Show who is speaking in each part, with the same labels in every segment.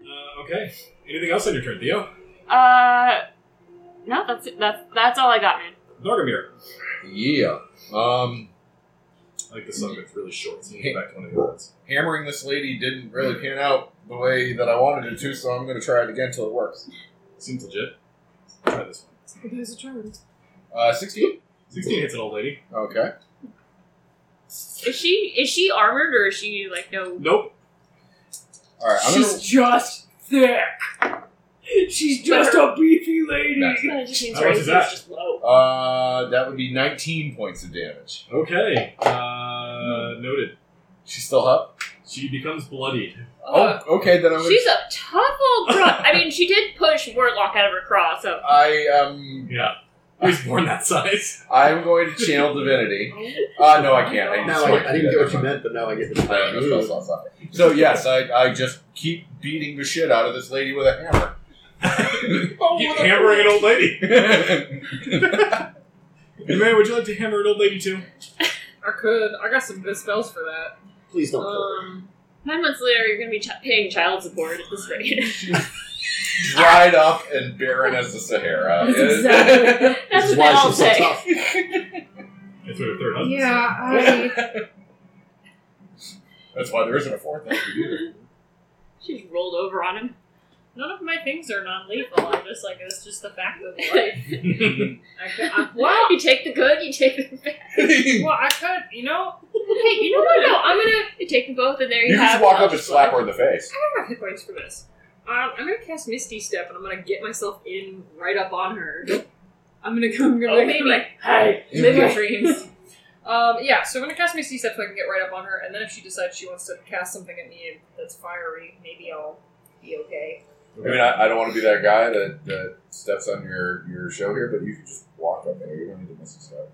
Speaker 1: Uh, Okay. Anything else on your turn, Theo?
Speaker 2: Uh, no, that's it. That's that's all I got, man.
Speaker 1: Nargamir.
Speaker 3: Yeah. Um,
Speaker 1: I like the song that's really short, so you can go back to one of the words.
Speaker 3: hammering this lady didn't really pan out the way that I wanted it to, so I'm going to try it again until it works.
Speaker 1: Seems legit. Let's try this one.
Speaker 4: It is a charm.
Speaker 3: Uh, 16?
Speaker 1: 16 hits an old lady.
Speaker 3: Okay.
Speaker 2: Is she is she armored or is she like no?
Speaker 1: Nope.
Speaker 3: All right. I'm
Speaker 4: She's
Speaker 3: gonna,
Speaker 4: just thick. She's just a beefy lady.
Speaker 3: That's-
Speaker 2: That just means
Speaker 1: How
Speaker 2: her
Speaker 1: much is
Speaker 2: AC is
Speaker 1: that?
Speaker 2: just low.
Speaker 3: uh, that would be 19 points of damage.
Speaker 1: Okay. Uh, noted.
Speaker 3: She's still up?
Speaker 1: She becomes bloodied.
Speaker 3: Oh, okay. Then I'm going
Speaker 2: She's
Speaker 3: to.
Speaker 2: a tough old bro. I mean, she did push Warlock out of her craw, so
Speaker 3: I um
Speaker 1: Yeah. Who's born that size?
Speaker 3: I'm going to channel divinity.
Speaker 1: Oh,
Speaker 3: Uh no, I can't. I,
Speaker 5: Now
Speaker 3: just
Speaker 5: I,
Speaker 3: can't
Speaker 5: I
Speaker 3: do
Speaker 5: didn't
Speaker 3: that.
Speaker 5: get what you meant, but now I get the
Speaker 3: I have no spell slots left. So yes, I, I just keep beating the shit out of this lady with a hammer.
Speaker 4: Oh,
Speaker 1: You hammering an old lady. And Mary, would you like to hammer an old lady too?
Speaker 4: I could. I got some good spells for that.
Speaker 5: Please don't kill her.
Speaker 4: Um,
Speaker 2: nine months later, you're going to be ch- paying child support at this rate.
Speaker 3: Dried up and barren as the Sahara.
Speaker 4: That's exactly-
Speaker 2: That's
Speaker 5: this is
Speaker 2: what they
Speaker 5: why
Speaker 2: all
Speaker 5: she's so
Speaker 2: say.
Speaker 5: tough.
Speaker 1: That's what her third husband
Speaker 4: yeah, I,
Speaker 3: That's why there isn't a fourth after either.
Speaker 2: She just rolled over on him.
Speaker 6: None of my things are non-lethal. I'm just like it's just the fact of life.
Speaker 1: said.
Speaker 4: I, could, I
Speaker 2: Wow. You take the good, you take the bad.
Speaker 4: Well, I could. You know,
Speaker 2: Hey, you know what? No, I'm gonna you take them both, and there you,
Speaker 3: You can
Speaker 2: have.
Speaker 3: just walk up and slap her in the face.
Speaker 4: I have hit points for this. Um, I'm gonna cast Misty Step, and I'm gonna get myself in right up on her. I'm gonna come. I'm gonna
Speaker 2: Oh,
Speaker 4: like,
Speaker 2: maybe.
Speaker 4: like, hey, live your dreams. Um, yeah, so I'm gonna cast Misty Step so I can get right up on her, and then if she decides she wants to cast something at me that's fiery, maybe I'll be okay.
Speaker 3: I mean, I, I don't want to be that guy that, that steps on your, your show here, but you can just walk up there. You don't need to miss a step.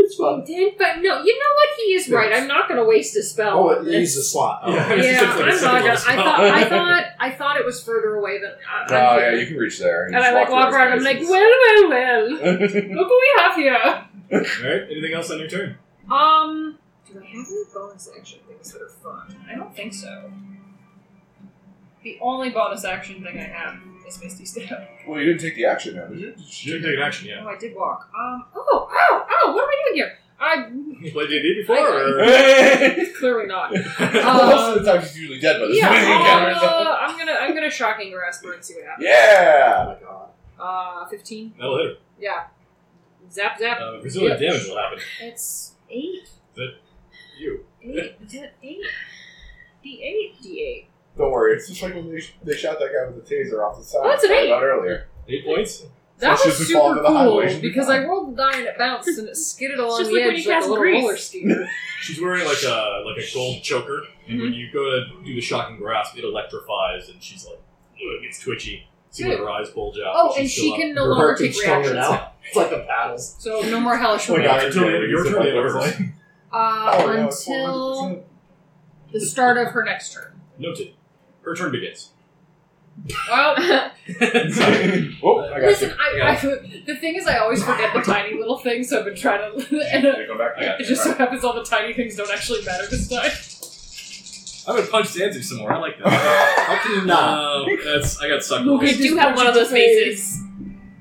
Speaker 5: It's fun.
Speaker 4: Did, but no, you know what? He is right. I'm not gonna waste a spell.
Speaker 5: Oh,
Speaker 4: on
Speaker 5: it
Speaker 4: this.
Speaker 5: needs a slot. Oh.
Speaker 1: Yeah. It's
Speaker 4: Yeah,
Speaker 1: just like a
Speaker 4: I'm not gonna. I
Speaker 1: second
Speaker 4: thought,
Speaker 1: spell.
Speaker 4: I thought, I thought it was further away than. I,
Speaker 3: No,
Speaker 4: I'm-
Speaker 3: yeah, you can reach there.
Speaker 4: And I like walk around. I'm like, well, well, well. Look what we have here.
Speaker 1: Alright, anything else on your turn?
Speaker 4: Um, do I have any bonus action things that are fun? I don't think so. The only bonus action thing I have is Misty Step.
Speaker 3: well, you didn't take the action now, did you?
Speaker 1: She didn't take an action yet.
Speaker 4: Oh, I did walk. Um, oh, oh, oh, what am I doing here? I
Speaker 1: You played D&D before? Or...
Speaker 4: Uh, clearly not.
Speaker 3: Most of the time, she's usually dead by this
Speaker 4: Yeah,
Speaker 3: point.
Speaker 4: I'll, uh, I'm gonna, I'm gonna shocking grasp her and see what happens.
Speaker 5: Oh
Speaker 3: Yeah.
Speaker 5: my god.
Speaker 4: Uh, fifteen.
Speaker 1: That'll hit
Speaker 4: Yeah. Zap,
Speaker 1: her.
Speaker 4: zap.
Speaker 1: Uh, resilient damage will happen.
Speaker 4: It's eight,
Speaker 1: You.
Speaker 4: eight, is that eight? D eight, D eight.
Speaker 3: Don't worry. It's just like when they, they shot that guy with the taser off the side.
Speaker 4: What's an
Speaker 3: Talked
Speaker 4: eight?
Speaker 3: About earlier.
Speaker 1: Eight points?
Speaker 4: That
Speaker 3: That's
Speaker 4: was
Speaker 3: just we fall
Speaker 4: super
Speaker 3: into the highway.
Speaker 4: cool because I rolled the die and it bounced and it skidded along
Speaker 6: just
Speaker 4: the
Speaker 6: like when
Speaker 4: edge
Speaker 6: you
Speaker 4: like a
Speaker 6: cast
Speaker 4: little
Speaker 6: grease.
Speaker 4: roller skater.
Speaker 1: She's wearing like a like a gold choker, and
Speaker 4: Mm-hmm.
Speaker 1: when you go to do the shocking grasp, it electrifies, and she's like, "Ugh," it gets twitchy. See where her eyes bulge out.
Speaker 4: Oh,
Speaker 1: but she's
Speaker 4: and she
Speaker 1: still up.
Speaker 4: can no
Speaker 5: Her
Speaker 4: longer
Speaker 5: heart
Speaker 4: take
Speaker 5: keeps stronger
Speaker 4: reactions.
Speaker 5: now. It's like a paddles.
Speaker 4: So no more hellish
Speaker 3: Oh my
Speaker 4: wind.
Speaker 3: God.
Speaker 1: Until the end of your turn, it'll hurt.
Speaker 4: Uh,
Speaker 3: Oh, no, it's
Speaker 4: until
Speaker 3: 400%.
Speaker 4: the start of her next turn.
Speaker 1: Noted. Her turn begins.
Speaker 4: Well, uh,
Speaker 3: oh, I got
Speaker 4: listen,
Speaker 3: you.
Speaker 4: I,
Speaker 1: Yeah.
Speaker 4: I, the thing is, I always forget the tiny little things, so I've been trying to. and
Speaker 3: Did it go back?
Speaker 1: I got
Speaker 4: it just so happens all the tiny things don't actually matter this time.
Speaker 1: I'm gonna punch Zanzu some more. I like that.
Speaker 5: How can you not?
Speaker 1: No, that's I got sucked.
Speaker 4: Look
Speaker 1: Both
Speaker 4: at
Speaker 2: I do have one of those faces.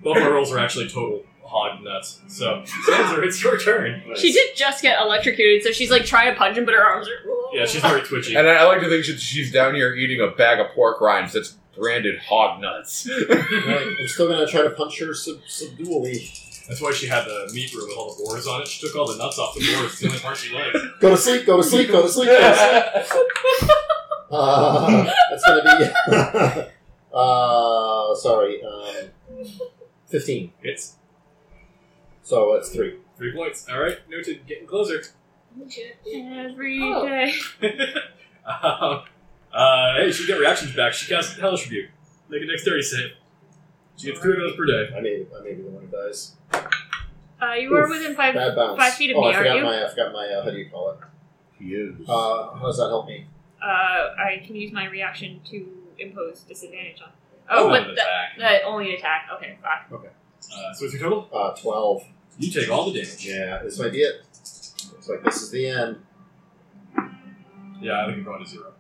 Speaker 1: my rolls are actually total hog nuts. So Zanzu, it's your turn.
Speaker 2: She did just get electrocuted, so she's like trying to punch him, but her arms are.
Speaker 1: Yeah, she's very twitchy.
Speaker 3: And I, I like to think she, she's down here eating a bag of pork rinds that's branded hog nuts.
Speaker 5: Right, I'm still gonna try to punch her sub- subdually.
Speaker 1: That's why she had the meat room with all the boars on it. She took all the nuts off the boars. It's the only part she likes.
Speaker 5: Go to sleep. Go to sleep. Go to sleep. Go to sleep. Uh, that's gonna be. uh, sorry, um, fifteen.
Speaker 1: Hits
Speaker 5: So it's three.
Speaker 1: three points. All right, noted. Getting closer.
Speaker 2: Every
Speaker 4: Oh.
Speaker 2: day.
Speaker 1: um, uh, hey, she get reactions back. She casts Hellish Rebuke. Make a dexterity save. She gets three of those per day.
Speaker 5: I may, I may be the one who dies.
Speaker 2: Uh, you are
Speaker 5: Oof.
Speaker 2: within five.
Speaker 5: Bad bounce.
Speaker 2: Five feet of
Speaker 5: oh,
Speaker 2: me,
Speaker 5: I forgot
Speaker 2: aren't you?
Speaker 5: my. I forgot my. Uh, how do you call it?
Speaker 3: he is.
Speaker 5: Uh, how does that help me?
Speaker 2: Uh, I can use my reaction to impose disadvantage on.
Speaker 1: Other
Speaker 2: Oh,
Speaker 1: than
Speaker 2: but
Speaker 1: the
Speaker 2: that,
Speaker 1: attack.
Speaker 2: that only attack. Okay, fuck.
Speaker 1: Uh, so what's your total?
Speaker 5: Uh, twelve.
Speaker 1: You take all the damage.
Speaker 5: Yeah, this might be it. Looks like this is the end.
Speaker 1: Yeah, I think you're going to zero.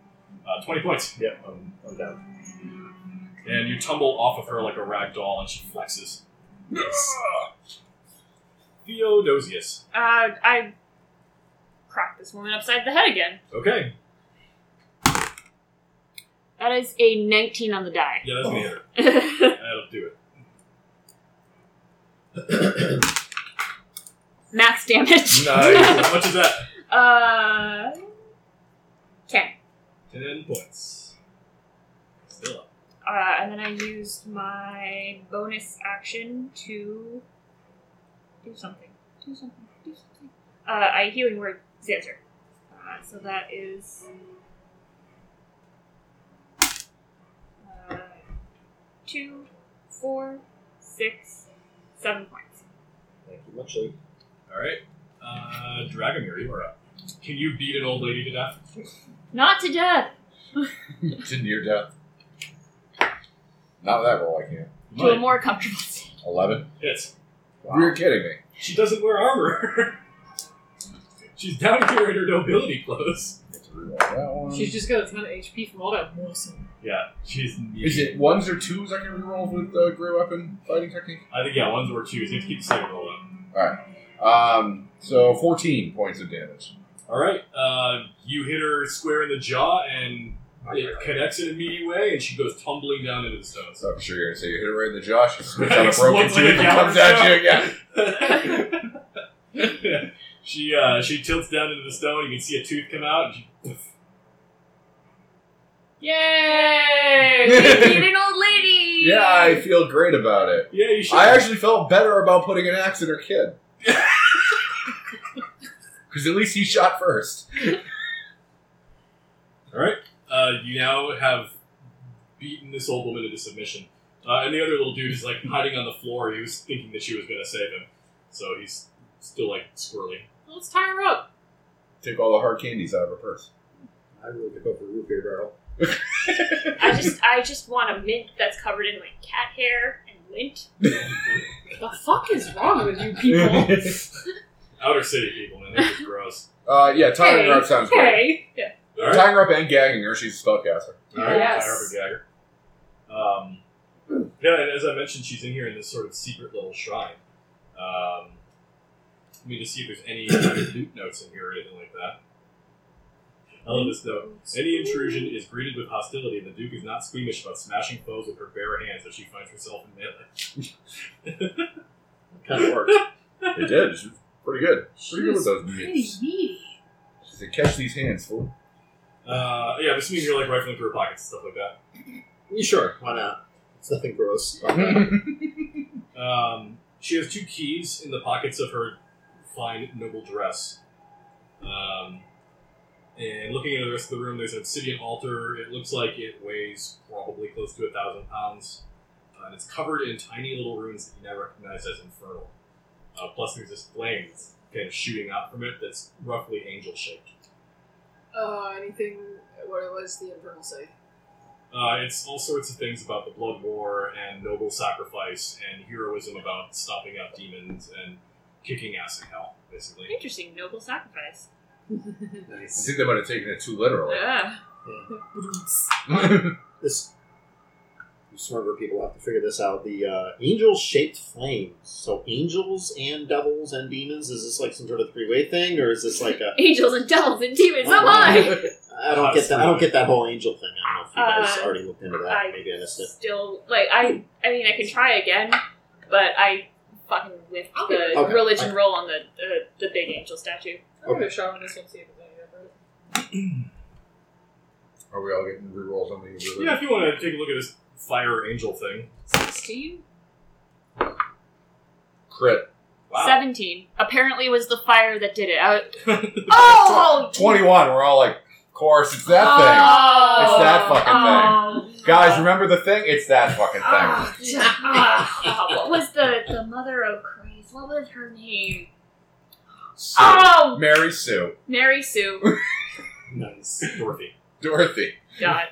Speaker 1: Uh, Twenty points.
Speaker 5: Yep, I'm, I'm down.
Speaker 1: and you tumble off of her like a rag doll, and she flexes. Theodosius.
Speaker 2: Uh, I cracked this woman upside the head again.
Speaker 1: Okay,
Speaker 2: That is a 19 on the die.
Speaker 1: yeah, that's me. Here. That'll do it.
Speaker 2: Max
Speaker 1: Nice.
Speaker 2: damage.
Speaker 1: How much is that?
Speaker 2: uh, 10.
Speaker 1: Ten points. Still up.
Speaker 2: Uh, and then I used my bonus action to do something. Do something. Do something. Uh, I healing word Xanzer. Uh, so that is. Uh, two, four, six, seven points.
Speaker 5: Thank you much, Lee.
Speaker 1: All right. Uh, Dragomir, you are up. Can you beat an old lady to death?
Speaker 2: Not to death!
Speaker 3: to near death. Not with that roll, I can't.
Speaker 2: To a more comfortable state.
Speaker 3: 11?
Speaker 1: Hits.
Speaker 3: You're kidding me.
Speaker 1: She doesn't wear armor. She's down here in her nobility clothes.
Speaker 3: Get to reroll that one.
Speaker 4: She's just got a ton of HP from all that awesome.
Speaker 1: Yeah, she's.
Speaker 3: Is it ones or twos I can reroll with uh, Grey Weapon fighting technique?
Speaker 1: I think yeah, ones or twos. You have to keep the second roll up.
Speaker 3: Um, so 14 points of damage.
Speaker 1: All right. Uh, you hit her square in the jaw, and it connects in a meaty way, and she goes tumbling down into the stones.
Speaker 3: So I'm sure you're going to say you hit her right in the jaw, she spits out a broken
Speaker 1: Explodes like a
Speaker 3: tooth and
Speaker 1: gallon
Speaker 3: comes at
Speaker 1: shot.
Speaker 3: you again.
Speaker 1: she uh, she tilts down into the stone. You can see a tooth come out. And she,
Speaker 2: Yay! We beat an old lady!
Speaker 3: Yeah, I feel great about it.
Speaker 1: yeah, you should.
Speaker 3: I actually felt better about putting an axe in her kid. Because at least he shot first.
Speaker 1: All right. Uh, you now have beaten this old woman into submission. Uh, and the other little dude is like hiding on the floor. He was thinking that she was going to save him, so he's still like squirreling.
Speaker 4: Let's tie her up.
Speaker 3: Take all the hard candies out of her purse.
Speaker 5: I really could go for a root beer barrel.
Speaker 2: I just I just want a mint that's covered in like cat hair and lint.
Speaker 4: The fuck is wrong with you people?
Speaker 1: Outer city people, man, they're just gross.
Speaker 3: Uh, yeah, tying her up sounds great.
Speaker 4: Hey. Yeah.
Speaker 1: All right.
Speaker 3: Tying her up and gagging her, she's a spellcaster.
Speaker 1: All right,
Speaker 4: Yes.
Speaker 1: Tyra Bagagger. Um, yeah, and as I mentioned, she's in here in this sort of secret little shrine. Um, let me just see if there's any kind of loot notes in here or anything like that. I love this note. Any intrusion is greeted with hostility, and the Duke is not squeamish about smashing foes with her bare hands as she finds herself in melee.
Speaker 5: Kind of works.
Speaker 3: It did. She's pretty good. Pretty good with
Speaker 4: She's
Speaker 3: those
Speaker 4: pretty
Speaker 3: meats.
Speaker 4: meaty.
Speaker 3: She said, catch these hands, fool.
Speaker 1: Uh, yeah, this means you're like rifling through her pockets and stuff like that.
Speaker 5: You sure? Why not? It's nothing gross.
Speaker 1: Um, she has two keys in the pockets of her fine, noble dress. Um, and looking into the rest of the room, there's an obsidian altar. It looks like it weighs probably close to a thousand pounds. Uh, and it's covered in tiny little runes that you now recognize as infernal. Uh, plus, there's this flame that's kind of shooting out from it that's roughly angel shaped.
Speaker 7: Uh, anything? What was the infernal say?
Speaker 1: Uh, it's all sorts of things about the blood war and noble sacrifice and heroism about stomping out demons and kicking ass in hell, basically.
Speaker 2: Interesting noble sacrifice.
Speaker 3: I
Speaker 5: nice.
Speaker 3: think they might have taken it too literally.
Speaker 2: Yeah.
Speaker 5: This. You smarter people have to figure this out. The uh, angel shaped flames. So angels and devils and demons. Is this like some sort of three way thing, or is this like a?
Speaker 2: Angels and devils and demons.
Speaker 5: Oh,
Speaker 2: Oh
Speaker 5: wow.
Speaker 2: my!
Speaker 5: I don't get that. I don't get that whole angel thing. I don't know if you guys
Speaker 2: Uh,
Speaker 5: already looked into that.
Speaker 2: I
Speaker 5: Maybe I missed it.
Speaker 2: still like I. I mean, I can try again, but I fucking whiffed the
Speaker 5: Okay.
Speaker 2: religion roll on the uh, the big angel statue.
Speaker 7: I'm gonna shot on this one. See if it's any different.
Speaker 3: Are we all getting rerolls on the
Speaker 1: Yeah, if you want to take a look at this fire angel thing.
Speaker 4: Sixteen.
Speaker 3: Crit.
Speaker 1: Wow.
Speaker 2: Seventeen apparently was the fire that did it. I was- oh,
Speaker 3: 21. We're all like, of course, it's that
Speaker 2: Oh.
Speaker 3: It's that fucking
Speaker 2: oh.
Speaker 3: thing. Guys, remember the thing? It's that fucking thing.
Speaker 2: Ah, ah, what was the the mother of Christ? What was her name?
Speaker 3: Sue.
Speaker 2: Oh,
Speaker 3: Mary Sue.
Speaker 2: Mary Sue.
Speaker 5: Nice.
Speaker 1: Dorothy,
Speaker 3: Dorothy.
Speaker 2: God.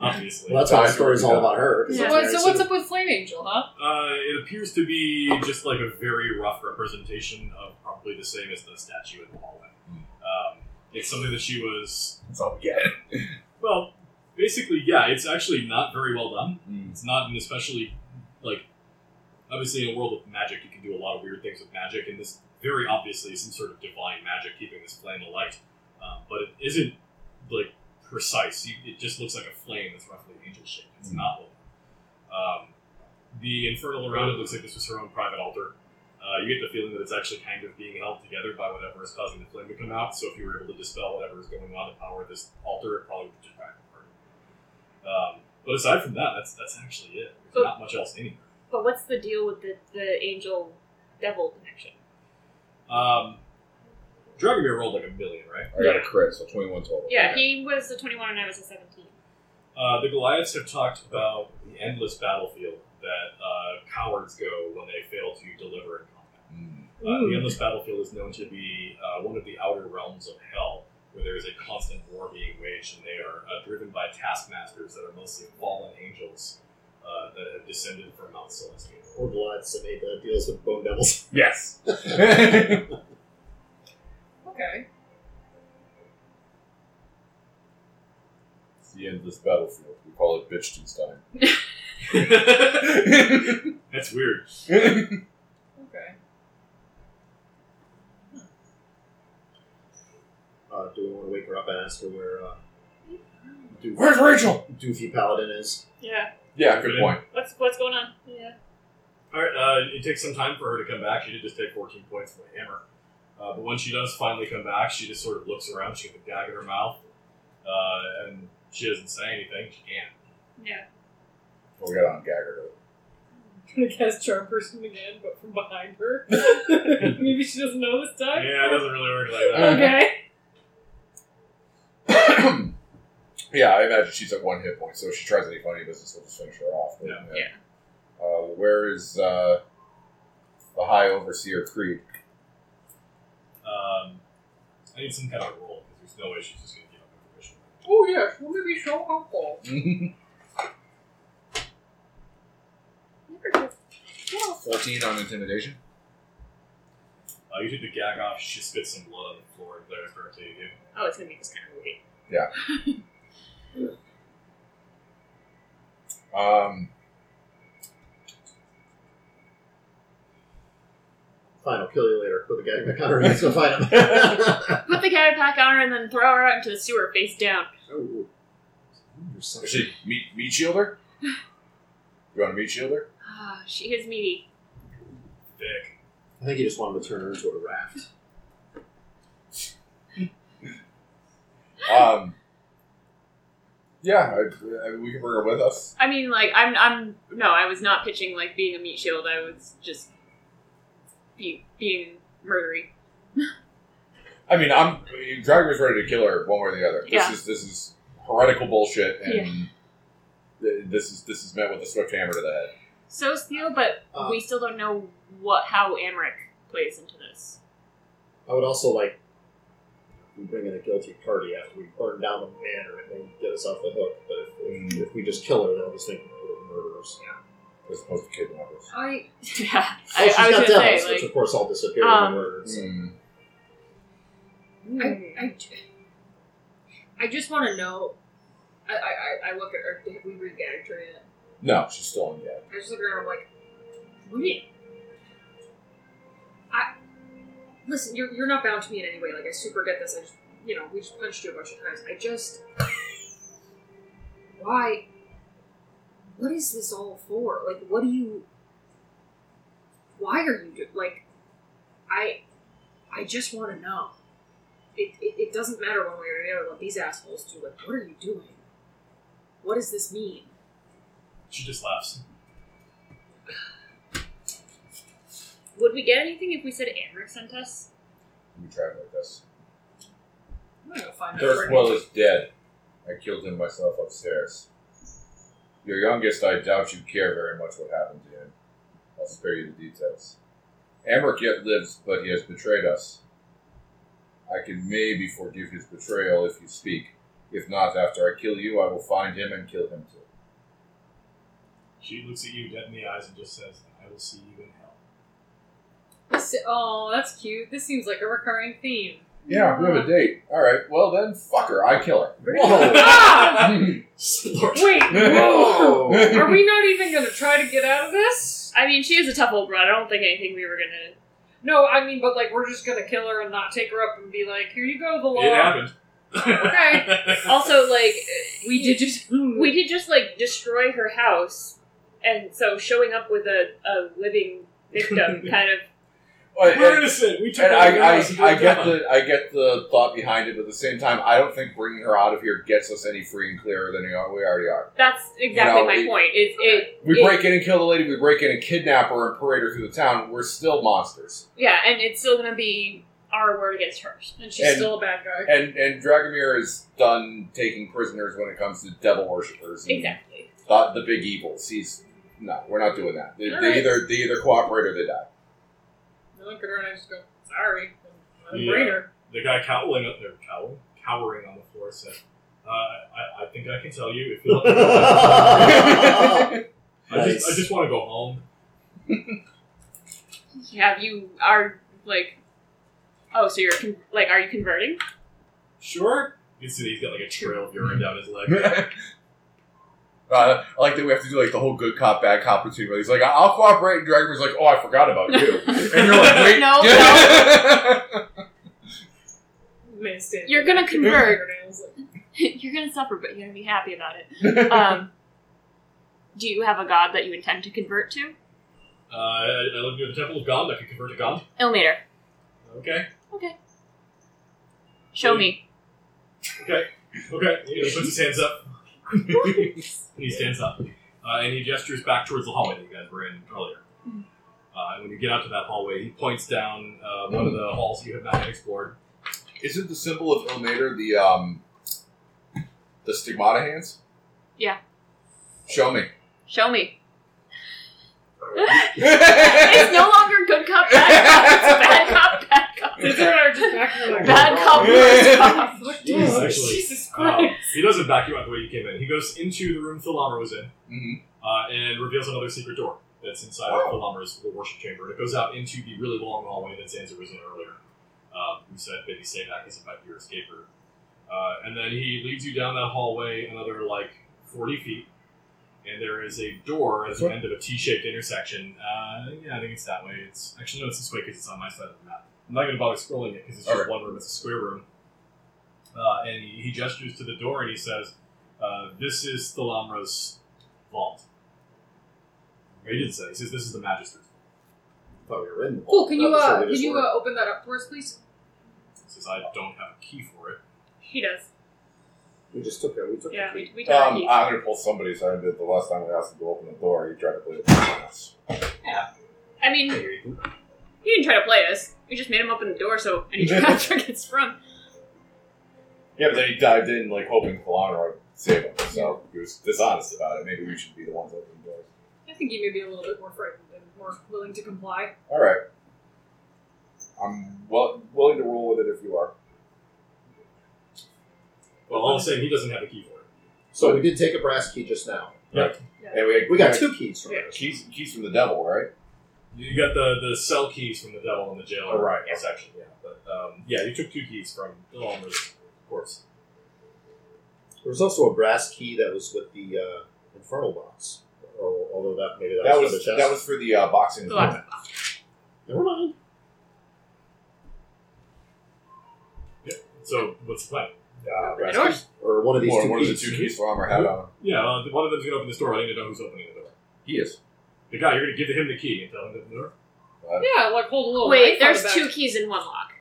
Speaker 1: obviously.
Speaker 5: Well, that's why the story's all about her. 'cause
Speaker 7: So,
Speaker 2: Yeah.
Speaker 5: it's
Speaker 7: what,
Speaker 5: Mary
Speaker 7: so
Speaker 5: Sue.
Speaker 7: what's up with Flame Angel, huh?
Speaker 1: Uh, it appears to be just like a very rough representation of probably the same as the statue in the hallway. Um, it's something that she was,
Speaker 3: That's all we get.
Speaker 1: well, basically, yeah, it's actually not very well done.
Speaker 3: Mm.
Speaker 1: It's not an especially like obviously in a world of magic, you can do a lot of weird things with magic, and this very obviously is some sort of divine magic keeping this flame alight. Um, but it isn't like precise. You, it just looks like a flame that's roughly angel shaped. It's
Speaker 3: Mm.
Speaker 1: not. Um, the infernal around it looks like this was her own private altar. Uh, you get the feeling that it's actually kind of being held together by whatever is causing the flame to come out. So if you were able to dispel whatever is going on to power this altar, it probably would just back apart. Um, but aside from that, that's that's actually it. There's
Speaker 2: So-
Speaker 1: not much else anywhere.
Speaker 2: But what's the deal with the, the angel devil connection?
Speaker 1: Um, Dragomir rolled like a million, right?
Speaker 3: I got a crit, so 21 total.
Speaker 2: Yeah, he was a 21 and I was a 17.
Speaker 1: Uh, the Goliaths have talked about the endless battlefield that uh, cowards go when they fail to deliver in combat.
Speaker 3: Mm.
Speaker 1: Uh, the Endless Battlefield is known to be uh, one of the outer realms of hell, where there is a constant war being waged, and they are uh, driven by taskmasters that are mostly fallen angels uh, that have descended from Mount Celestia.
Speaker 5: Or Blood, so made that deals with Bone Devils.
Speaker 3: Yes.
Speaker 7: Okay.
Speaker 3: It's the endless battlefield. We call it Bitchtenstein.
Speaker 1: That's weird.
Speaker 7: Okay.
Speaker 5: Uh, do we want to wake her up and ask her where uh, Doof-
Speaker 3: Where's Rachel?
Speaker 5: Doofy Paladin is?
Speaker 2: Yeah.
Speaker 3: Yeah, good point.
Speaker 2: What's what's going on? Yeah.
Speaker 1: All right, uh, it takes some time for her to come back. She did just take 14 points from the hammer. Uh, but when she does finally come back, she just sort of looks around. She has a gag in her mouth, uh, and she doesn't say anything. She can't.
Speaker 2: Yeah.
Speaker 3: Well, we got on Gagger.
Speaker 4: I'm gonna cast charm person again, but from behind her. Maybe she doesn't know this time.
Speaker 1: Yeah, it doesn't really work like that.
Speaker 4: Okay.
Speaker 3: yeah, I imagine she's at one hit point, so if she tries any funny business, we'll just finish her off. But,
Speaker 1: Yeah.
Speaker 3: Uh, where is uh, the High Overseer Creed?
Speaker 1: Um, I need some kind of roll because there's no way she's just going to give up information.
Speaker 7: Oh yes, well maybe so helpful.
Speaker 3: Fourteen on intimidation.
Speaker 1: Uh, you take the gag off. She spits some blood on the floor and glares directly at you.
Speaker 2: Oh, it's going to be this kind of movie.
Speaker 3: Um,
Speaker 5: Fine, I'll kill you later. Put the guy back on her. Let's go find him.
Speaker 2: Put the carrot back on her and then throw her out into the sewer face down.
Speaker 5: oh. You're such
Speaker 3: she meat meat shielder. You want a meat shielder?
Speaker 2: Ah, she is meaty.
Speaker 1: Thick.
Speaker 5: a- I think you just wanted to turn her into a raft.
Speaker 3: Um, yeah, I, I, we can bring her with us.
Speaker 2: I mean, like, I'm, I'm, no, I was not pitching, like, being a meat shield. I was just be, being murdery.
Speaker 3: I mean, I'm Dragomir's ready to kill her one way or the other.
Speaker 2: Yeah.
Speaker 3: This is this is heretical bullshit, and th- this is this is met with a swift hammer to the head.
Speaker 2: So steel, but
Speaker 5: Uh,
Speaker 2: we still don't know what, how Amric plays into this.
Speaker 5: I would also like we bring in a guilty party after we burn down the manor and they get us off the hook. But if,
Speaker 3: Mm.
Speaker 5: if, if we just kill her, they'll just think we're murderers.
Speaker 3: As opposed to kidnappers.
Speaker 7: I
Speaker 2: yeah.
Speaker 5: Oh,
Speaker 2: I,
Speaker 5: she's
Speaker 2: I was
Speaker 5: got
Speaker 2: going to
Speaker 5: devils,
Speaker 2: say,
Speaker 5: which
Speaker 2: like,
Speaker 5: of course all disappear
Speaker 2: um,
Speaker 5: when they're murdered. So.
Speaker 3: Mm.
Speaker 2: mm.
Speaker 7: I, I just want to know. I, I, I- I look at her. Have we read Gagature yet?
Speaker 3: No, she's still in debt.
Speaker 7: I just look at her. I'm like, what do you? I listen. You're, you're not bound to me in any way. Like I super get this. I just you know we just punched you a bunch of times. I just why? What is this all for? Like what do you? Why are you do, like? I I just want to know. It, it, it doesn't matter one way or the other what these assholes do. Like, what are you doing? What does this mean?
Speaker 1: She just laughs.
Speaker 2: would we get anything if we said Amric sent us?
Speaker 3: We tried like this.
Speaker 7: I'm gonna go find out. where-
Speaker 3: Dirkwell is dead. I killed him myself upstairs. Your youngest, I doubt you care very much what happened to him. I'll spare you the details. Amric yet lives, but he has betrayed us. I can maybe forgive his betrayal if you speak. If not, after I kill you, I will find him and kill him too.
Speaker 1: She looks at you dead in the eyes and just says, "I will see you in hell."
Speaker 4: Oh, This- Oh, that's cute. This seems like a recurring theme.
Speaker 3: Yeah, we have a date. All right. Well, then, fuck her. I kill her.
Speaker 5: Whoa.
Speaker 4: Ah! Wait,
Speaker 3: Whoa.
Speaker 4: are we not even going to try to get out of this?
Speaker 2: I mean, she is a tough old broad. I don't think anything we were gonna.
Speaker 4: No, I mean, but like, we're just going to kill her and not take her up and be like, here you go, the law.
Speaker 1: It happened.
Speaker 4: Okay.
Speaker 2: Also, like
Speaker 4: We did just.
Speaker 2: we did just like destroy her house, and so showing up with a, a living victim kind of
Speaker 3: Well, and-
Speaker 1: We're innocent. We took
Speaker 3: and
Speaker 1: her
Speaker 3: I, I,
Speaker 1: house and
Speaker 3: I
Speaker 1: burned
Speaker 3: get
Speaker 1: down.
Speaker 3: the I get the thought behind it, but at the same time, I don't think bringing her out of here gets us any free and clearer than we are- we already are.
Speaker 2: that's exactly
Speaker 3: know,
Speaker 2: my
Speaker 3: it-
Speaker 2: point. Is it
Speaker 3: We
Speaker 2: it-
Speaker 3: break in and kill the lady. We break in and kidnap her and parade her through the town. We're still monsters.
Speaker 2: yeah, and it's still gonna be our word against hers.
Speaker 4: And she's
Speaker 3: And-
Speaker 4: still a bad guy.
Speaker 3: And and Dragomir is done taking prisoners when it comes to devil worshippers and
Speaker 2: Exactly.
Speaker 3: the, the big evils. He's no, we're not doing that. They,
Speaker 4: All
Speaker 3: they
Speaker 4: right.
Speaker 3: either they either cooperate or they die.
Speaker 4: I look at her and I just go, sorry. I'm a
Speaker 1: Yeah.
Speaker 4: brainer.
Speaker 1: the guy cowling up there, cowling, cowering on the floor said, uh, I, I think I can tell you if you let me go. I just, I
Speaker 5: Nice.
Speaker 1: just want to go home.
Speaker 2: Have you are like? Oh, so you're con- like, are you converting?
Speaker 1: Sure. You can see that he's got like a trail of urine down his leg.
Speaker 3: uh, I like that we have to do like the whole good cop bad cop routine. Where he's like, "I'll cooperate," and Dragomir was like, "Oh, I forgot about you," and you're like, "Wait,
Speaker 2: No,
Speaker 4: Man, stand
Speaker 2: You're gonna
Speaker 4: there.
Speaker 2: convert.
Speaker 4: Fingernails, like,
Speaker 2: you're gonna suffer, but you're gonna be happy about it. Um, do you have a god that you intend to convert to?
Speaker 1: Uh, I, I live near the Temple of God. I can convert to God.
Speaker 2: Ilmater,
Speaker 1: Okay.
Speaker 2: show me.
Speaker 1: Okay. He puts his hands up. he stands up. Uh, and he gestures back towards the hallway that you guys were in earlier.
Speaker 2: Mm.
Speaker 1: Uh, and when you get out to that hallway, he points down uh, one of the halls that you have not yet explored.
Speaker 3: Isn't the symbol of Ilmater the um the stigmata hands?
Speaker 2: Yeah.
Speaker 3: Show me.
Speaker 2: Show me. It's
Speaker 3: It's
Speaker 2: no longer good cop, bad cop. It's bad cop, bad cop.
Speaker 4: Is there an just back there like,
Speaker 2: Bad cop,
Speaker 3: Yeah.
Speaker 2: worst cop.
Speaker 4: Fuck,
Speaker 1: Jeez,
Speaker 4: dude.
Speaker 1: actually,
Speaker 4: Jesus
Speaker 3: uh,
Speaker 1: Um,
Speaker 4: Christ.
Speaker 1: he doesn't back you out the way you came in. He goes into the room Philamra was in
Speaker 3: Mm-hmm.
Speaker 1: uh, and reveals another secret door that's inside of Philamra's little worship chamber. And it goes out into the really long hallway that Zanzer was in earlier. Um, who said Baby Sayback is about your escaper. Uh, and then he leads you down that hallway another like 40 feet. And there is a door at the
Speaker 3: Sure.
Speaker 1: end of a T-shaped intersection. Uh, yeah, I think it's that way. It's actually no, it's this way because it's on my side of the map. I'm not going to bother scrolling it because it's just
Speaker 3: Alright.
Speaker 1: one room. It's a square room. Uh, and he, he gestures to the door and he says, uh, "This is Thalamra's vault." Or he didn't say. He says, "This is the Magister's." vault."
Speaker 5: Thought we were in the
Speaker 4: Cool, can
Speaker 5: Not
Speaker 4: you,
Speaker 5: the
Speaker 4: uh,
Speaker 5: same
Speaker 4: can
Speaker 5: as
Speaker 4: you
Speaker 5: work.
Speaker 4: uh, open that up for us, please?
Speaker 1: He says, "I don't have a key for it."
Speaker 2: He does.
Speaker 5: We just took it. We took
Speaker 2: Yeah,
Speaker 5: it.
Speaker 2: we, we got
Speaker 3: Um,
Speaker 2: he-
Speaker 3: I'm gonna pull somebody's I did the last time we asked him to open the door. He tried to play it.
Speaker 2: I mean, he didn't try to play us. We just made him open the door so any capture gets from.
Speaker 3: Yeah, but then he dived in like hoping Kalanra would save him. So he was dishonest about it. Maybe we should be the ones opening doors.
Speaker 4: I think you may be a little bit more frightened and more willing to comply.
Speaker 3: All right. I'm well, willing to roll with it if you are.
Speaker 1: Well, all I'm saying, he doesn't have a key for it.
Speaker 5: So we did take a brass key just now.
Speaker 3: And we,
Speaker 5: We got two keys from
Speaker 2: Yeah.
Speaker 5: her.
Speaker 3: keys, keys from the devil, right?
Speaker 1: You got the the cell keys from the devil and the jailer.
Speaker 3: Oh, right.
Speaker 1: section. Yeah, but um, yeah, you took two keys from Thalamra's corpse.
Speaker 5: There was also a brass key that was with the uh, infernal box. Al- Although that maybe that,
Speaker 3: That
Speaker 5: was, for
Speaker 3: was
Speaker 5: the chest.
Speaker 3: that was for the uh, boxing.
Speaker 2: The last-
Speaker 3: tournament.
Speaker 5: Never mind.
Speaker 1: So what's the plan?
Speaker 3: Uh,
Speaker 2: Right.
Speaker 3: rescue.
Speaker 5: Or one of these
Speaker 3: One,
Speaker 5: two
Speaker 3: one of the
Speaker 5: keys.
Speaker 3: two keys from our head on.
Speaker 1: Yeah, uh, one of them's gonna open this door. I need to know who's opening the door.
Speaker 3: He is.
Speaker 1: The guy, you're gonna give him the key and tell him to open the door.
Speaker 3: Uh,
Speaker 4: Yeah, like hold a little.
Speaker 2: Wait,
Speaker 4: knife on the
Speaker 2: there's
Speaker 4: back.
Speaker 2: two keys in one lock.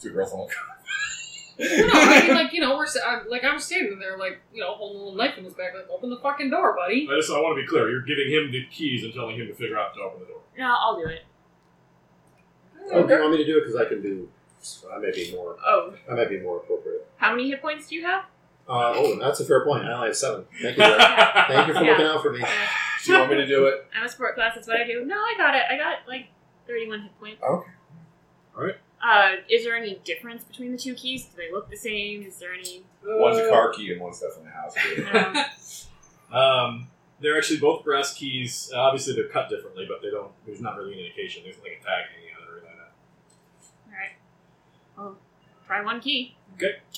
Speaker 3: Two girls on one
Speaker 4: No, no, I mean, like you know, we're s- I'm, like I'm standing there, like you know, holding a little knife in his back, like open the fucking door, buddy.
Speaker 1: I just I want to be clear. You're giving him the keys and telling him to figure out how to open the door.
Speaker 2: No, I'll do it.
Speaker 5: Oh, do you want me to do it? Because I can do. So I may be more.
Speaker 2: Oh,
Speaker 5: I might be more appropriate.
Speaker 2: how many hit points do you have?
Speaker 5: Uh, oh, that's a fair point. I only have seven. Thank you. Derek. Thank you for
Speaker 2: Yeah.
Speaker 5: looking out for me.
Speaker 3: Do you want me to do it?
Speaker 2: I'm a sport class. That's what I do. No, I got it. I got like 31 hit points.
Speaker 3: Okay.
Speaker 1: Alright.
Speaker 2: Uh, is there any difference between the two keys? Do they look the same? Is there any?
Speaker 3: One's a car key and one's definitely a house key.
Speaker 2: Um,
Speaker 1: Um, they're actually both brass keys. Uh, obviously, they're cut differently, but they don't. There's not really an indication. There's like a tag hanging out or anything like that.
Speaker 2: all right. Try one key.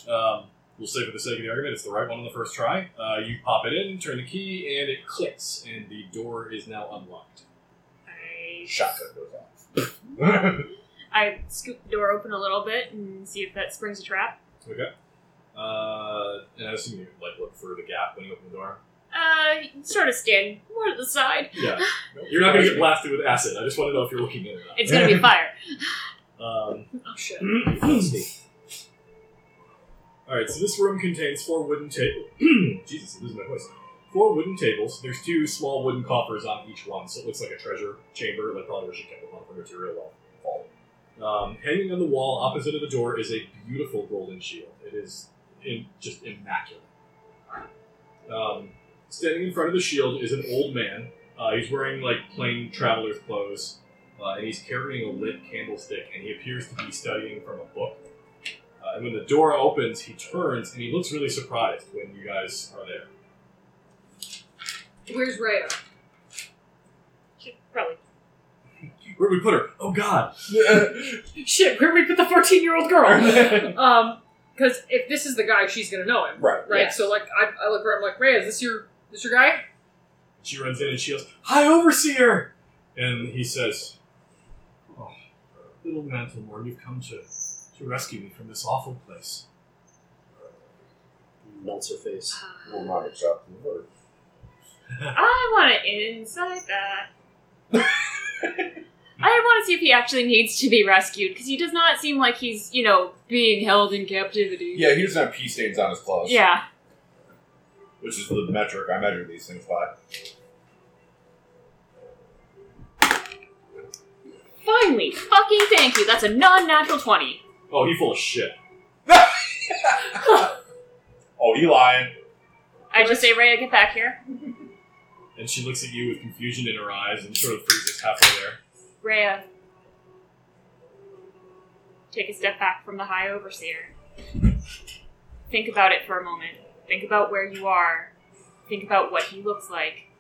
Speaker 1: Um, we'll say for the sake of the argument, it's the right one on the first try. Uh, you pop it in, turn the key, and it clicks, and the door is now unlocked.
Speaker 2: I
Speaker 3: Shotgun goes off.
Speaker 2: I scoop the door open a little bit and see if that springs a trap.
Speaker 1: Uh, and I assume you like look for the gap when you open the door.
Speaker 2: Uh, sort of stand more to the side.
Speaker 1: Yeah, you're not going to get blasted with acid. I just want to know if you're looking in or not.
Speaker 2: It's gonna be fire.
Speaker 1: Um,
Speaker 7: Oh shit.
Speaker 1: All right, so this room contains four wooden tables. Jesus, I'm losing my voice. Four wooden tables. There's two small wooden coffers on each one, so it looks like a treasure chamber, like probably where she kept a lot of her material while falling. Um, hanging on the wall opposite of the door is a beautiful golden shield. It is in, just immaculate. Um, standing in front of the shield is an old man. Uh, he's wearing like plain traveler's clothes, uh, and he's carrying a lit candlestick, and he appears to be studying from a book. Uh, and when the door opens, he turns and he looks really surprised when you guys are there.
Speaker 7: Where's Rhea?
Speaker 2: Should probably.
Speaker 1: Where'd we put her? Oh God!
Speaker 4: Shit, where we put the 14 year old girl? um, because if this is the guy, she's gonna know him,
Speaker 3: right.
Speaker 4: right?
Speaker 2: Yes.
Speaker 4: So like, I, I look around, I'm like, Ray, is this your this your guy?
Speaker 1: She runs in and she yells, "Hi, overseer!" And he says, "Oh, little Mantlemore, you've come to to rescue me from this awful place."
Speaker 5: Melts her face.
Speaker 2: Uh-huh.
Speaker 3: Well, my shop in the word.
Speaker 2: I want to inside that. I want to see if he actually needs to be rescued because he does not seem like he's, you know, being held in captivity.
Speaker 3: Yeah, he doesn't have pee stains on his clothes.
Speaker 2: Yeah.
Speaker 3: Which is the metric I measure these things by.
Speaker 2: Finally, fucking thank you. That's a non-natural twenty.
Speaker 1: Oh, he full of shit.
Speaker 3: Oh, he lying.
Speaker 2: I just say, Raya, get back here.
Speaker 1: And she looks at you with confusion in her eyes and sort of freezes halfway there.
Speaker 2: Raya, take a step back from the High Overseer. Think about it for a moment. Think about where you are. Think about what he looks like.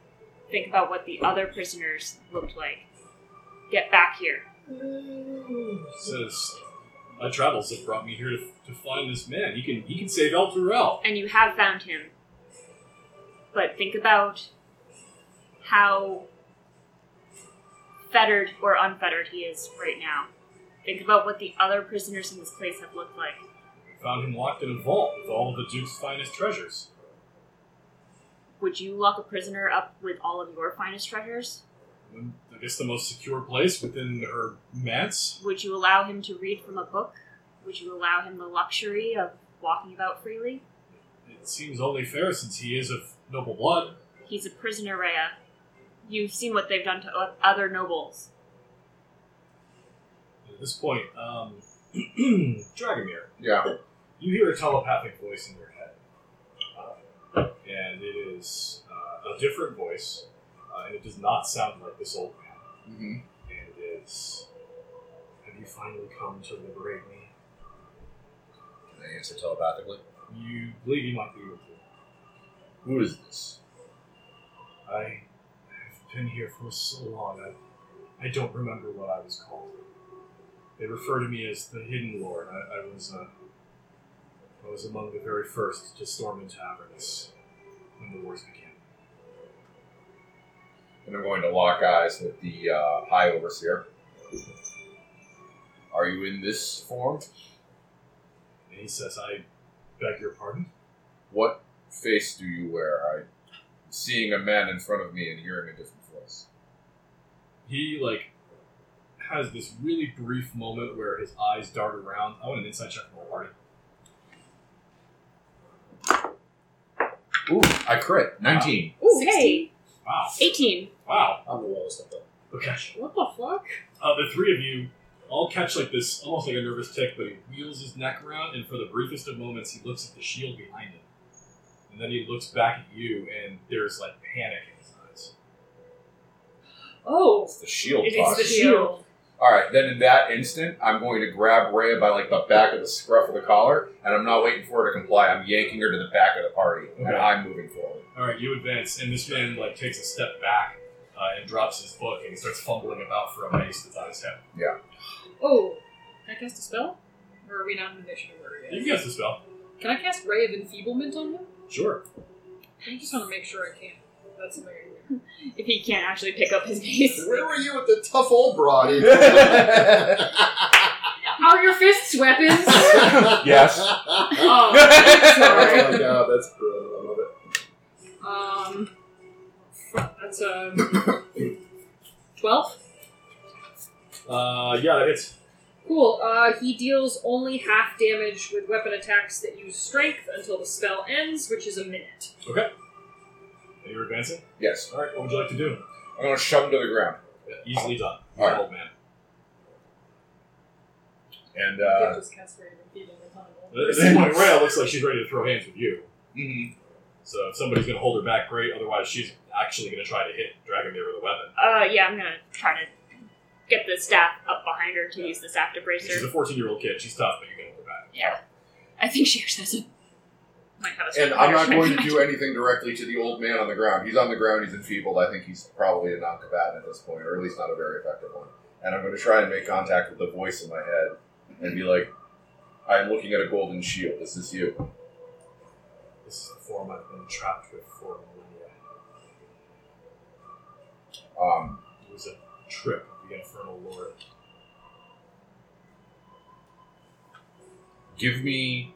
Speaker 2: Think about what the other prisoners looked like. Get back here.
Speaker 1: Says, "My travels have brought me here to, to find this man. He can he can save El Turel."
Speaker 2: and you have found him. But think about how fettered or unfettered he is right now. Think about what the other prisoners in this place have looked like.
Speaker 1: Found him locked in a vault with all of the Duke's finest treasures.
Speaker 2: Would you lock a prisoner up with all of your finest treasures?
Speaker 1: One- I guess the most secure place within her mats.
Speaker 2: Would you allow him to read from a book? Would you allow him the luxury of walking about freely?
Speaker 1: It seems only fair since he is of noble blood.
Speaker 2: He's a prisoner, Rhea. You've seen what they've done to o- other nobles.
Speaker 1: At this point, um, Dragomir,
Speaker 3: Yeah.
Speaker 1: you hear a telepathic voice in your head. Uh, and it is uh, a different voice, uh, and it does not sound like this old man.
Speaker 3: Mm-hmm.
Speaker 1: and it is have you finally come to liberate me
Speaker 3: I answer telepathically.
Speaker 1: you believe you might be able to
Speaker 3: Who is this?
Speaker 1: i have been here for so long i, I don't remember what i was called they refer to me as the hidden lord i, I was uh, i was among the very first to storm into avernus when the wars began
Speaker 3: And I'm going to lock eyes with the uh, high overseer. Are you in this form?
Speaker 1: and he says i beg your pardon
Speaker 3: What face do you wear? I'm seeing a man in front of me and hearing a different voice.
Speaker 1: he like has this really brief moment where his eyes dart around i want an inside check from Hardy.
Speaker 3: Ooh, I crit. 19.
Speaker 4: Ooh,
Speaker 2: 16?
Speaker 1: wow
Speaker 2: 18.
Speaker 1: wow
Speaker 5: I'm the lowest of them.
Speaker 1: okay
Speaker 4: What the fuck?
Speaker 1: Uh, the three of you all catch like this, almost like a nervous tick, but he wheels his neck around, and for the briefest of moments, he looks at the shield behind him, and then he looks back at you, and there's like panic in his eyes.
Speaker 4: Oh,
Speaker 3: It's the shield
Speaker 4: it is
Speaker 3: box.
Speaker 4: the shield.
Speaker 3: All right, then in that instant, I'm going to grab Rhea by like the back of the scruff of the collar, and I'm not waiting for her to comply. I'm yanking her to the back of the party, and
Speaker 1: Okay.
Speaker 3: I'm moving forward.
Speaker 1: All right, you advance, and this man like takes a step back uh, and drops his book, and he starts fumbling about for a mace that's on his head.
Speaker 4: Oh, can I cast a spell? Or are we not in initiative order
Speaker 1: You
Speaker 4: yet?
Speaker 1: can cast a spell.
Speaker 4: Can I cast Ray of Enfeeblement on him?
Speaker 1: Sure.
Speaker 4: I just want to make sure I can. That's something I can do.
Speaker 2: If he can't actually pick up his piece.
Speaker 5: Where were you with the tough old broad?
Speaker 4: Are your fists weapons?
Speaker 8: Yes.
Speaker 4: oh, sorry.
Speaker 5: Oh my god, that's brilliant. I love it.
Speaker 4: Um, fuck, that's a twelve.
Speaker 1: Uh, yeah, that hits.
Speaker 4: Cool. Uh, he deals only half damage with weapon attacks that use strength until the spell ends, which is a minute.
Speaker 1: And you're advancing.
Speaker 3: Yes.
Speaker 1: All right. What would you like to do?
Speaker 3: I'm gonna shove him to the ground.
Speaker 1: Yeah, easily done.
Speaker 3: All right.
Speaker 1: Old man.
Speaker 3: And uh,
Speaker 4: just cast Ray of Enfeeblement on him.
Speaker 1: At this point, Rhea looks like she's ready to throw hands with you.
Speaker 3: mhm.
Speaker 1: So if somebody's going to hold her back, great. Otherwise, she's actually going to try to hit Dragomir with a weapon.
Speaker 2: Uh, yeah, I'm gonna try to get the staff up behind her to use the staff to brace
Speaker 1: She's a
Speaker 2: her.
Speaker 1: 14 year old kid. She's tough, but you can hold her back.
Speaker 2: Yeah. I think she actually has a. Might have a
Speaker 3: and I'm not going to do anything directly to the old man on the ground. He's on the ground. He's enfeebled. I think he's probably a non-combatant at this point, or at least not a very effective one. And I'm gonna try and make contact with the voice in my head and be like, "I'm looking at a golden shield. This is you."
Speaker 1: This is the form I've been trapped with for millennia.
Speaker 3: Um,
Speaker 1: It was a trip of the infernal lord.
Speaker 3: give me,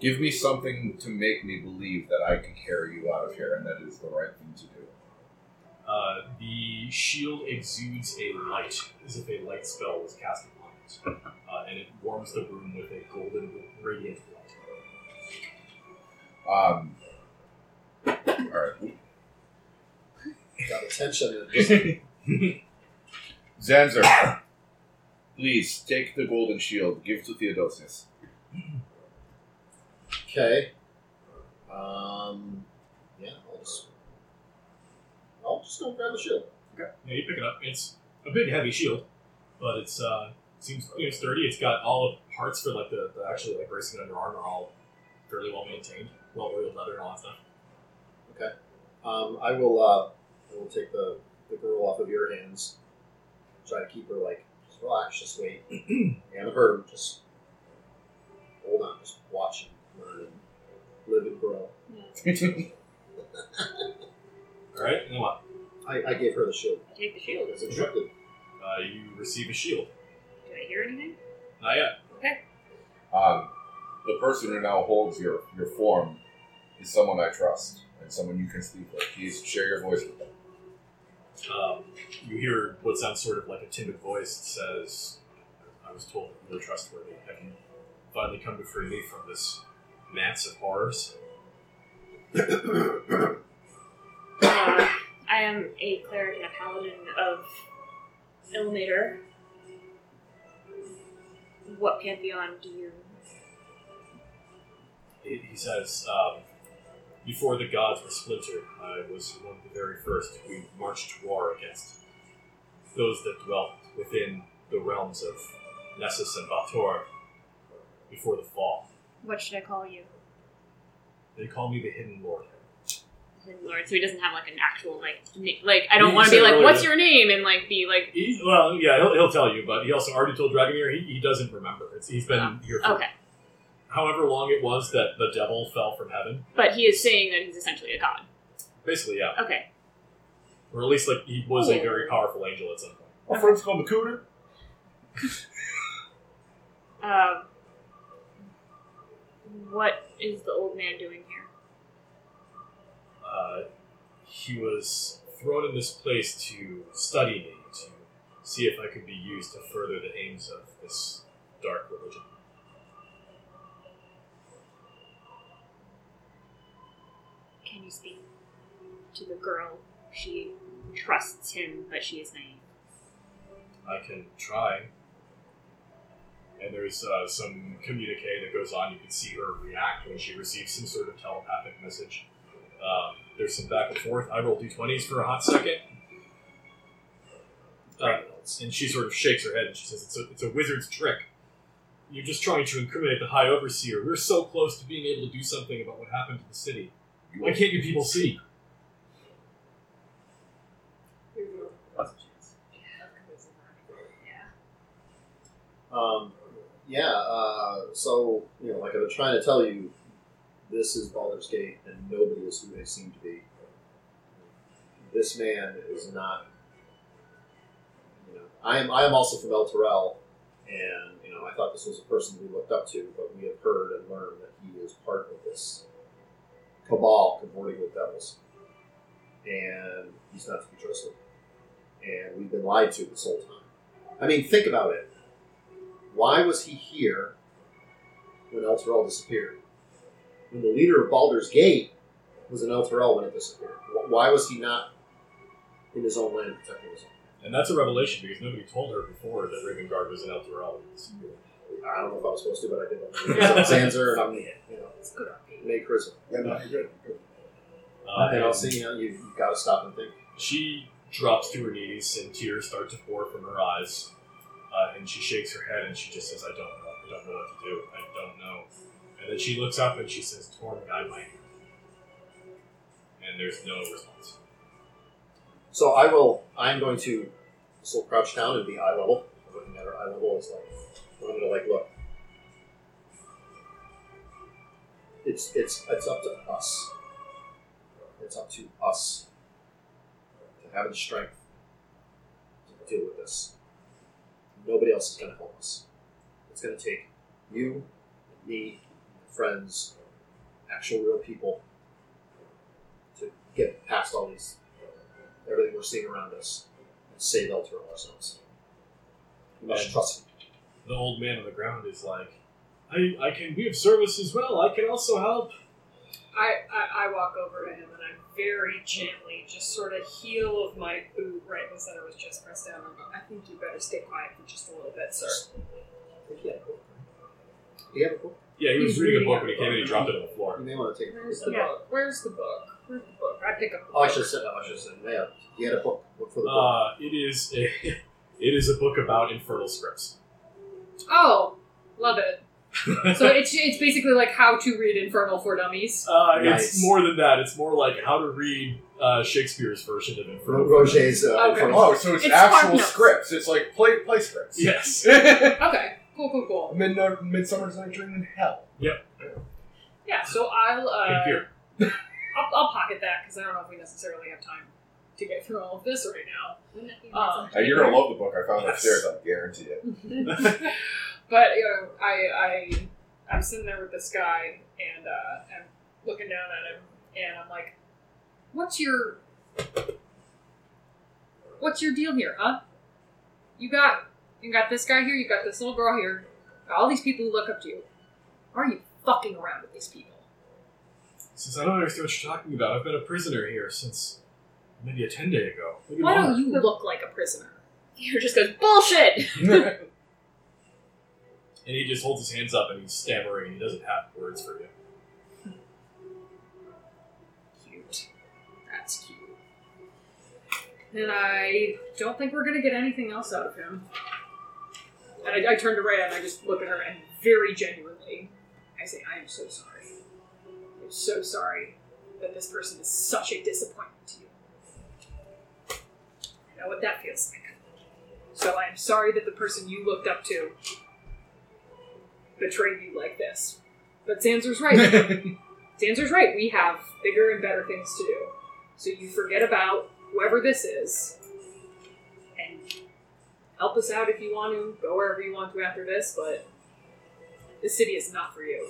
Speaker 3: give me something to make me believe that I can carry you out of here, and that is the right thing to do.
Speaker 1: Uh, the shield exudes a light, as if a light spell was cast upon it, uh, and it warms the room with a golden, radiant light.
Speaker 3: Um, all right.
Speaker 5: Got attention. Just
Speaker 3: Zanzer, please take the golden shield. Give to Theodosius.
Speaker 5: Okay. Um. Yeah. I'll just. I'll just go grab the shield.
Speaker 1: Yeah, you pick it up. It's a big, heavy shield, but it's uh, seems you know, sturdy. It's got all the parts for like the, the actually like bracing and underarm are all fairly well maintained, well oiled leather and all that stuff.
Speaker 5: Um, I will. Uh, I will take the, the girl off of your hands. Try to keep her like just relax, just wait. and her just hold on, just watch and learn and live and grow.
Speaker 1: All right, and then what?
Speaker 5: I, I gave her the shield
Speaker 2: Take the shield.
Speaker 5: as instructed.
Speaker 1: Uh, you receive a shield.
Speaker 2: Do I hear anything?
Speaker 1: Not yet.
Speaker 3: Um, the person who now holds your, your form is someone I trust and someone you can speak with. Please share your voice with them.
Speaker 1: Um, you hear what sounds sort of like a timid voice that says, I was told that you were trustworthy. Have you finally come to free me from this mass of horrors?
Speaker 2: Uh, I am a cleric and a paladin of Ilmater. What pantheon do you.
Speaker 1: He, he says, um, Before the gods were splintered, I was one of the very first who marched to war against those that dwelt within the realms of Nessus and Bator before the fall.
Speaker 2: What should I call you?
Speaker 1: They call me the Hidden Lord.
Speaker 2: Hidden Lord, so he doesn't have like an actual like name. Like I don't
Speaker 1: He
Speaker 2: want to be
Speaker 1: said
Speaker 2: like,
Speaker 1: earlier
Speaker 2: what's
Speaker 1: that-
Speaker 2: your name? And like be like,
Speaker 1: He, well, yeah, he'll, he'll tell you, but he also already told Dragomir he, he doesn't remember. It's, he's been
Speaker 2: Oh,
Speaker 1: here for
Speaker 2: okay.
Speaker 1: however long it was that the devil fell from heaven.
Speaker 2: But he is saying that he's essentially a god.
Speaker 1: Basically, yeah.
Speaker 2: Okay.
Speaker 1: Or at least, like, he was a very powerful angel at some point.
Speaker 8: My friends call him Cooter.
Speaker 2: Um, what is the old man doing here?
Speaker 1: Uh, he was thrown in this place to study me, to see if I could be used to further the aims of this dark religion.
Speaker 2: Can you speak to the girl? She trusts him, but she is naive.
Speaker 1: I can try. And there's uh, some communique that goes on. You can see her react when she receives some sort of telepathic message. Um, there's some back and forth. I roll d20s for a hot second. Uh, and she sort of shakes her head and she says, it's a, it's a wizard's trick. You're just trying to incriminate the High Overseer. We're so close to being able to do something about what happened to the city. Why can't you people see?
Speaker 5: Um, yeah, uh, so, you know, like I've been trying to tell you, this is Baldur's Gate, and nobody is who they seem to be. This man is not. You know, I am. I am also from El Terrell, and you know, I thought this was a person we looked up to, but we have heard and learned that he is part of this cabal cavorting with devils, and he's not to be trusted. And we've been lied to this whole time. I mean, think about it. Why was he here when El Terrell disappeared? when the leader of Baldur's Gate was an El Terrell when it disappeared? Wh- Why was he not in his own land protecting his own?
Speaker 1: And that's a revelation because nobody told her before that Raven Guard was an Uh, Elturel.
Speaker 5: I don't know if I was supposed to, but I did. I'm Sanzer, and I'm you know
Speaker 7: It's good on me.
Speaker 5: May Charisma.
Speaker 3: Yeah, no, you're good.
Speaker 1: Uh,
Speaker 5: and
Speaker 1: and
Speaker 5: I'll say, you know, you, you've got to stop and think.
Speaker 1: she drops to her knees and tears start to pour from her eyes. Uh, and she shakes her head and she just says, I don't know. I don't know what to do. I don't know. And then she looks up and she says, Torn guide my hand. And there's no response.
Speaker 5: So I will. I'm going to just will crouch down and be eye level. I'm looking at her eye level. It's like I'm going to like look. It's it's it's up to us. It's up to us to have the strength to deal with this. Nobody else is going to help us. It's going to take you, me, friends, actual real people to get past all these everything we're seeing around us and save Elter ourselves. We must
Speaker 1: And-
Speaker 5: trust him.
Speaker 1: The old man on the ground is like, I, I can be of service as well. I can also help.
Speaker 4: I, I, I walk over to him and I very gently just sort of heel of my boot right in the center was just pressed down. I'm like, I think you better stay quiet for just a little bit, sir.
Speaker 5: I think he had a book. Do you have a book?
Speaker 1: Yeah, he was
Speaker 4: He's
Speaker 1: reading a
Speaker 4: reading
Speaker 1: book
Speaker 4: a
Speaker 1: when he came in. He
Speaker 4: book.
Speaker 1: dropped it on the
Speaker 5: You
Speaker 1: floor.
Speaker 5: may want to take it.
Speaker 4: Where's the
Speaker 2: Yeah.
Speaker 4: book? Where's the book? Where's the book? I pick up. the
Speaker 5: Oh, I
Speaker 4: book.
Speaker 5: should have said that. I should have said that. Yeah, he had a book. Look for the
Speaker 1: Uh,
Speaker 5: book.
Speaker 1: it is a, it is a book about infernal scripts.
Speaker 4: Oh, love it. so it's it's basically like how to read Infernal for Dummies.
Speaker 1: Uh,
Speaker 5: Nice.
Speaker 1: It's more than that. It's more like how to read uh, Shakespeare's version of
Speaker 5: Ro-
Speaker 1: Inferno.
Speaker 5: Roger's. Uh,
Speaker 4: Okay.
Speaker 5: from-
Speaker 8: Oh, so it's,
Speaker 4: It's
Speaker 8: actual
Speaker 4: Spark Notes.
Speaker 8: scripts. It's like play play scripts.
Speaker 1: Yes.
Speaker 4: Okay, cool, cool, cool.
Speaker 8: Mid- Midsummer's Night Dream in Hell.
Speaker 4: Yeah, so I'll uh,
Speaker 1: Computer.
Speaker 4: I'll, I'll pocket that because I don't know if we necessarily have time to get through all of this right now.
Speaker 2: Uh,
Speaker 4: Um,
Speaker 3: Hey, you're gonna love the book I found upstairs. I guarantee it.
Speaker 4: but you know, I I I'm sitting there with this guy and uh, I'm looking down at him and I'm like, what's your what's your deal here, huh? You got you got this guy here, you got this little girl here, you got all these people who look up to you. Why are you fucking around with these people?
Speaker 1: He says, I don't understand what you're talking about. I've been a prisoner here since maybe a 10 day ago. Look at
Speaker 4: Why
Speaker 1: mine."
Speaker 4: don't you look like a prisoner?
Speaker 2: Peter just goes, bullshit!
Speaker 1: And he just holds his hands up and he's stammering and he doesn't have words for you.
Speaker 4: Cute. That's cute. And I don't think we're gonna get anything else out of him. And I, I turn to Rhea and I just look at her and very genuinely, I say, I am so sorry. I'm so sorry that this person is such a disappointment to you. I know what that feels like. So I am sorry that the person you looked up to betrayed you like this. But Sanser's right. Dancer's right. We have bigger and better things to do. So you forget about whoever this is and help us out if you want to. Go wherever you want to after this, but this city is not for you.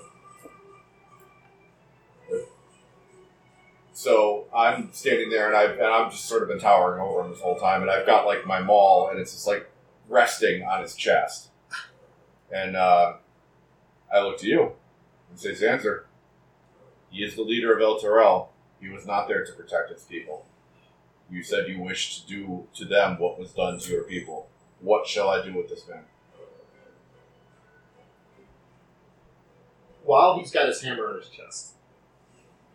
Speaker 3: So I'm standing there, and I and I'm just sort of been towering over him this whole time, and I've got like my maul, and it's just like resting on his chest. And uh, I look to you and say, Sanser, he is the leader of El Terrell. He was not there to protect his people. You said you wished to do to them what was done to your people. What shall I do with this man?
Speaker 5: while he's got his hammer on his chest.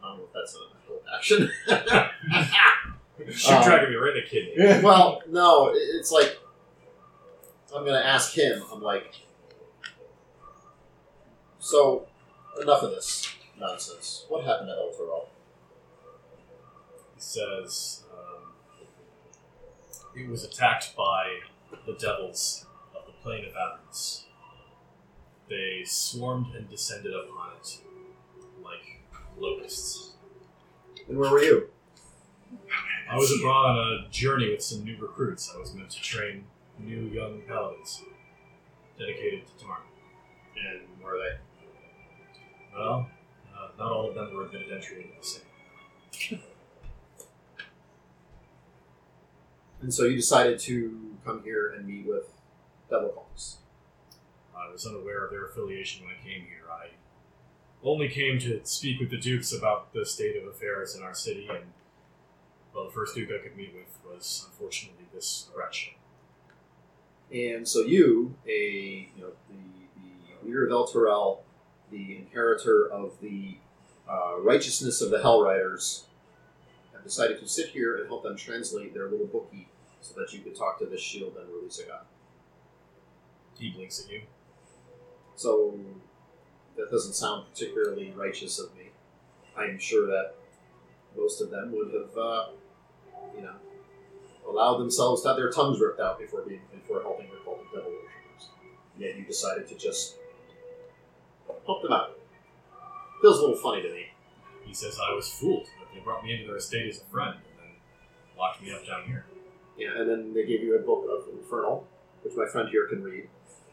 Speaker 5: I don't know if that's an actual action.
Speaker 1: Shoot
Speaker 5: Um,
Speaker 1: dragging me right in the kidney.
Speaker 5: well, no, it- it's like I'm gonna ask him. I'm like, so enough of this nonsense. What happened to El Terrell?
Speaker 1: He says, um, It was attacked by the devils of the plane of Avernus. they swarmed and descended upon it like locusts.
Speaker 5: And where were you?
Speaker 1: I was abroad on a journey with some new recruits. I was meant to train new young paladins dedicated to Tarn.
Speaker 5: And where are they?
Speaker 1: Well, uh, not all of them were admitted entry into the city.
Speaker 5: And so you decided to come here and meet with Devil Calls.
Speaker 1: Uh, I was unaware of their affiliation when I came here. I only came to speak with the dukes about the state of affairs in our city, and well, the first duke I could meet with was unfortunately this wretch.
Speaker 5: And so you, a you know, the, the leader of El Terrell, the inheritor of the uh, righteousness of the Hell Riders, have decided to sit here and help them translate their little bookie so that you could talk to this shield and release a god.
Speaker 1: He blinks at you.
Speaker 5: So that doesn't sound particularly righteous of me. I'm sure that most of them would have, uh, you know, allowed themselves to have their tongues ripped out before being before helping the cult of devil worshippers. Yet you decided to just help them out. Feels a little funny to me.
Speaker 1: He says I was fooled, that they brought me into their estate as a friend and then locked me up down here.
Speaker 5: Yeah, and then they gave you a book of Infernal, which my friend here can read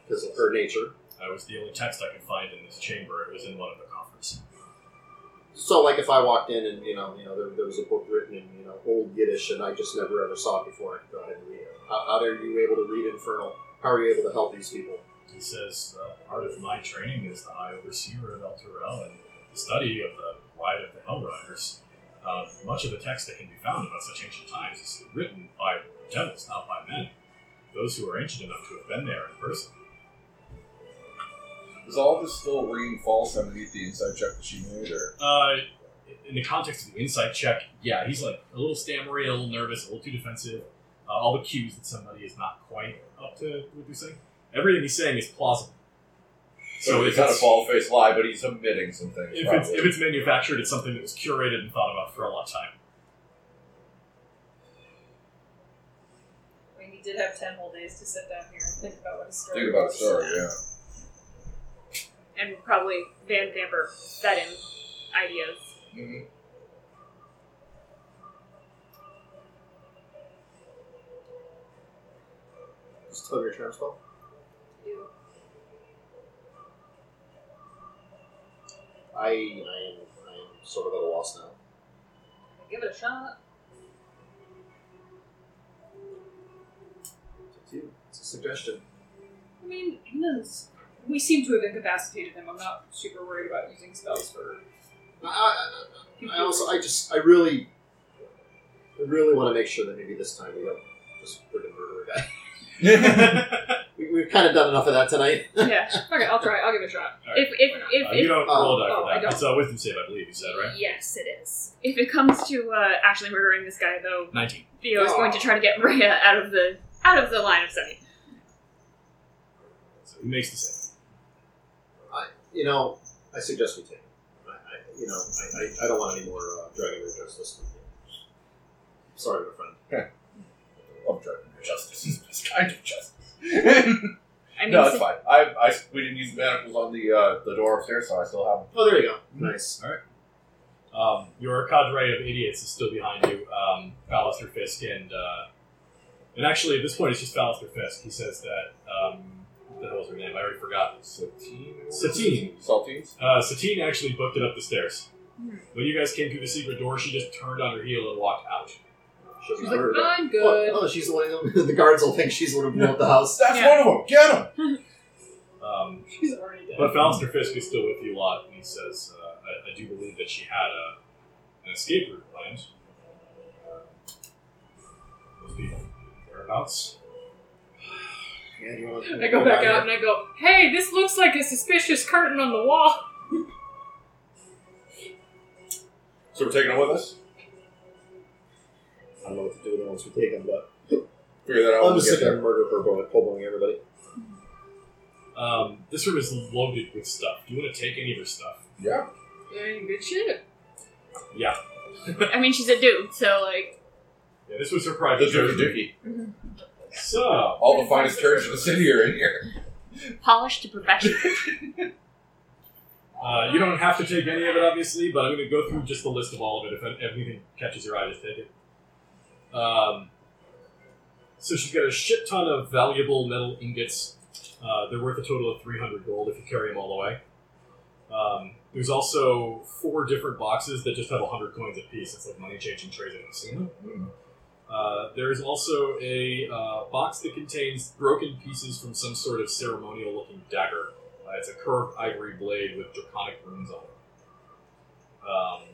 Speaker 5: because of her nature.
Speaker 1: I was the only text I could find in this chamber. It was in one of the coffers.
Speaker 5: So, like, if I walked in and you know, you know, there, there was a book written in you know old Yiddish, and I just never ever saw it before, I could go ahead and read it. How, how are you able to read Infernal? How are you able to help these people?
Speaker 1: He says uh, part of my training is the High Overseer of El Terrell and the study of the Rite of the Hell Riders. Uh, much of the text that can be found about such ancient times is written by devils, not by men. Those who are ancient enough to have been there in person.
Speaker 3: Is all this still ringing false underneath the inside check that she made, or
Speaker 1: Uh, in the context of the insight check, yeah, he's like a little stammery, a little nervous, a little too defensive. Uh, all the cues that somebody is not quite up to what they're saying. Everything he's saying is plausible.
Speaker 3: so?
Speaker 1: if
Speaker 3: It's not a bald faced lie, but he's omitting some things.
Speaker 1: If
Speaker 3: probably.
Speaker 1: it's, if it's manufactured, it's something that was curated and thought about for a long time.
Speaker 9: I mean, he did have ten whole days to sit down here and think about what a story.
Speaker 3: Think about it,
Speaker 9: was.
Speaker 3: sorry, yeah.
Speaker 2: And probably Van Vamper fed him ideas.
Speaker 3: Mhm.
Speaker 5: Just tell me your charm spell.
Speaker 9: You-
Speaker 5: I, I am, I am sort of at a loss now.
Speaker 9: Give it a shot.
Speaker 5: It's up to you. It's a suggestion.
Speaker 4: I mean, he does- we seem to have incapacitated him. I'm not super worried about using spells for.
Speaker 5: I, I- I, I also, I just, I really, I really want to make sure that maybe this time we don't just freaking murder a guy. We, we've kind of done enough of that tonight.
Speaker 4: yeah. Okay, I'll try. I'll give it a shot.
Speaker 2: If if if,
Speaker 1: Uh,
Speaker 2: if
Speaker 1: you don't roll a die
Speaker 4: oh,
Speaker 1: for
Speaker 4: I
Speaker 1: that.
Speaker 4: don't.
Speaker 1: It's a wisdom save, I believe you said, right?
Speaker 2: yes, it is. If it comes to uh, actually murdering this guy, though,
Speaker 1: 19.
Speaker 2: Theo is going to try to get Rhea out of the out of the line of sight.
Speaker 1: So he makes the save.
Speaker 5: You know, I suggest we take it. I, I, you know, I, I, I don't want any more uh, Dragon Root Justice. Sorry, my friend.
Speaker 3: Love Dragon Ball. justice is the best kind of justice.
Speaker 2: I mean,
Speaker 3: no, it's
Speaker 2: so-
Speaker 3: fine. I, I, we didn't use manacles on the uh, the door upstairs, so I still have them.
Speaker 5: Oh, there you go. Nice.
Speaker 1: Um, your cadre of idiots is still behind you, um, Ballister Fisk, and uh, and actually at this point it's just Ballister Fisk. He says that um, what the hell was her name? I already forgot.
Speaker 3: Satine.
Speaker 1: Satine.
Speaker 3: Saltines.
Speaker 1: Uh, Satine actually booked it up the stairs.
Speaker 2: Hmm.
Speaker 1: When you guys came through the secret door, she just turned on her heel and walked out.
Speaker 5: Should
Speaker 4: She's
Speaker 5: be
Speaker 4: like,
Speaker 5: murdered.
Speaker 4: I'm
Speaker 5: Oh,
Speaker 4: good.
Speaker 5: no, she's the one. who- The guards will think she's the one who blew up the house.
Speaker 3: That's
Speaker 4: Yeah.
Speaker 3: one of them. Get him.
Speaker 1: Um,
Speaker 9: She's already dead.
Speaker 1: But Ballister Fisk is still with you a lot, and he says, uh, I, I do believe that she had a, an escape route planned. uh, Those people. Whereabouts?
Speaker 5: Yeah, you want
Speaker 4: I go back out and I go, hey, this looks like a suspicious curtain on the wall.
Speaker 3: So we're taking it with us.
Speaker 5: I don't know what to do with it once we take him, but
Speaker 3: Figure that out. when
Speaker 5: I'm
Speaker 3: we
Speaker 5: just
Speaker 3: get
Speaker 5: sitting there and murder her, bullet, elbowing everybody.
Speaker 1: Um, this room is loaded with stuff. Do you want to take any of her stuff?
Speaker 3: there.
Speaker 4: Ain't good shit.
Speaker 2: I mean, she's a dude, so like,
Speaker 1: Yeah, this was her
Speaker 3: Yeah. The
Speaker 1: private
Speaker 3: Dookie
Speaker 1: room.
Speaker 3: Dookie.
Speaker 1: So,
Speaker 3: All the finest turds in the city are in here.
Speaker 2: Polished to perfection.
Speaker 1: Uh, you don't have to take any of it, obviously, but I'm going to go through just the list of all of it. If if anything catches your eye, just take it. Um, so she's got a shit ton of valuable metal ingots. Uh, they're worth a total of 300 gold if you carry them all the way. Um, there's also four different boxes that just have 100 coins apiece. It's like money changing trays in a casino. Uh, there is also a uh, box that contains broken pieces from some sort of ceremonial looking dagger. Uh, it's a curved ivory blade with draconic runes on it. Um,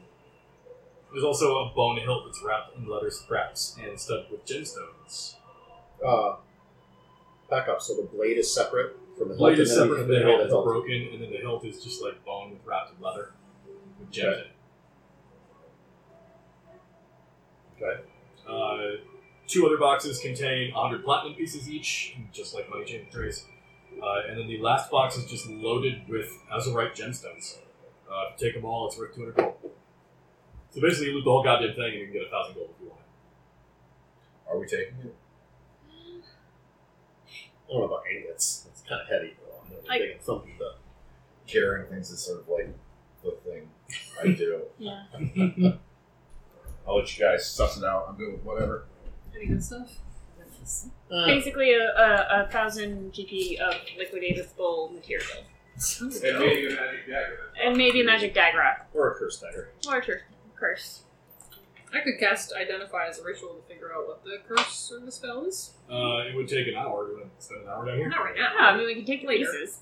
Speaker 1: there's also a bone hilt that's wrapped in leather scraps and studded with gemstones.
Speaker 5: Uh, back up. So the blade is separate from the
Speaker 1: The blade
Speaker 5: hilt,
Speaker 1: is
Speaker 5: and then
Speaker 1: separate from
Speaker 5: we
Speaker 1: the
Speaker 5: can
Speaker 1: hilt,
Speaker 5: hit
Speaker 1: it's
Speaker 5: it off.
Speaker 1: broken, and then the hilt is just like bone with wrapped in leather with gems in it. Okay. Uh, two other boxes contain 100 platinum pieces each, just like money changing trays. Uh, and then the last box is just loaded with azurite gemstones. Uh, if you take them all, it's worth 200 gold. So basically, you loot the whole goddamn thing and you can get a 1,000 gold if you want.
Speaker 3: Are we taking it?
Speaker 5: I don't know about any. It's it's kind of heavy. But I'm
Speaker 2: I-
Speaker 5: gonna think of something to
Speaker 3: Carrying things is sort of like the thing I do.
Speaker 2: Yeah.
Speaker 3: I'll let you guys suss it out. I'm good with whatever.
Speaker 4: Any good stuff?
Speaker 5: uh,
Speaker 2: Basically, a, a, a thousand GP of liquidatable material.
Speaker 3: And maybe a magic dagger.
Speaker 2: And maybe a magic dagger.
Speaker 5: or a curse dagger.
Speaker 2: Or a tur- curse.
Speaker 4: I could cast Identify as a ritual to figure out what the curse or the spell is.
Speaker 1: Uh, it would take an hour. You want to spend an hour down here?
Speaker 4: Not right
Speaker 2: Yeah,
Speaker 4: now.
Speaker 2: Ah, I mean, we can take the
Speaker 4: Later.
Speaker 2: pieces.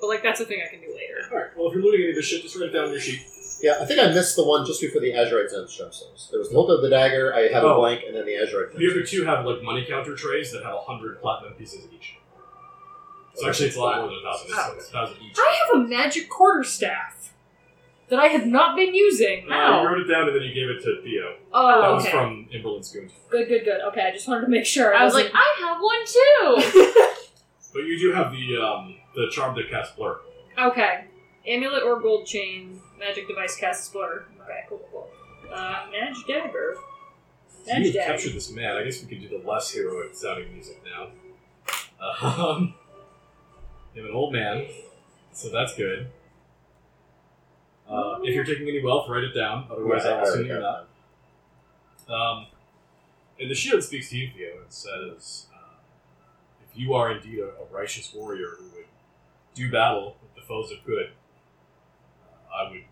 Speaker 4: But, like, that's a thing I can do later.
Speaker 1: Alright, well, if you're looting any of this shit, just write it down on your sheet.
Speaker 5: Yeah, I think I missed the one just before the Azurite gemstones. There was the hilt of the dagger. I had
Speaker 1: Oh.
Speaker 5: a blank, and then the Azurite.
Speaker 1: The other two have like money counter trays that have 100 platinum pieces each. So actually, it's a lot more than 1,000. It's like 1,000 each.
Speaker 4: I have a magic quarterstaff that I have not been using.
Speaker 1: Uh, you wrote it down and then you gave it to Theo. That
Speaker 4: Oh,
Speaker 1: was
Speaker 4: okay.
Speaker 1: from Imberlin Scoon.
Speaker 4: Good, good, good. Okay, I just wanted to make sure.
Speaker 2: I was like, I have one too!
Speaker 1: But you do have the um, the charm that casts blur.
Speaker 4: Okay. Amulet or gold chain. Magic device casts blur. Okay, cool, cool, cool. Uh, magic dagger. Magic
Speaker 1: you
Speaker 4: dagger.
Speaker 1: captured this man. I guess we could do the less heroic sounding music now. Um, you have an old man, so that's good. Uh, if you're taking any wealth, write it down. Otherwise, I'll assume you're not. Um, and the shield speaks to you, Theo, and says, uh, "If you are indeed a, a righteous warrior who would do battle with the foes of good, uh, I would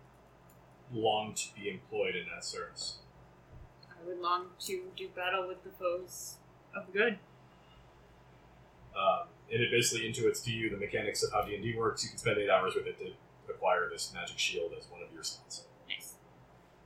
Speaker 1: long to be employed in that service."
Speaker 2: I would long to do battle with the foes of good.
Speaker 1: Um, and it basically intuits to you the mechanics of how D and D works. You can spend eight hours with it to acquire this magic shield as one of your slots.
Speaker 2: Nice.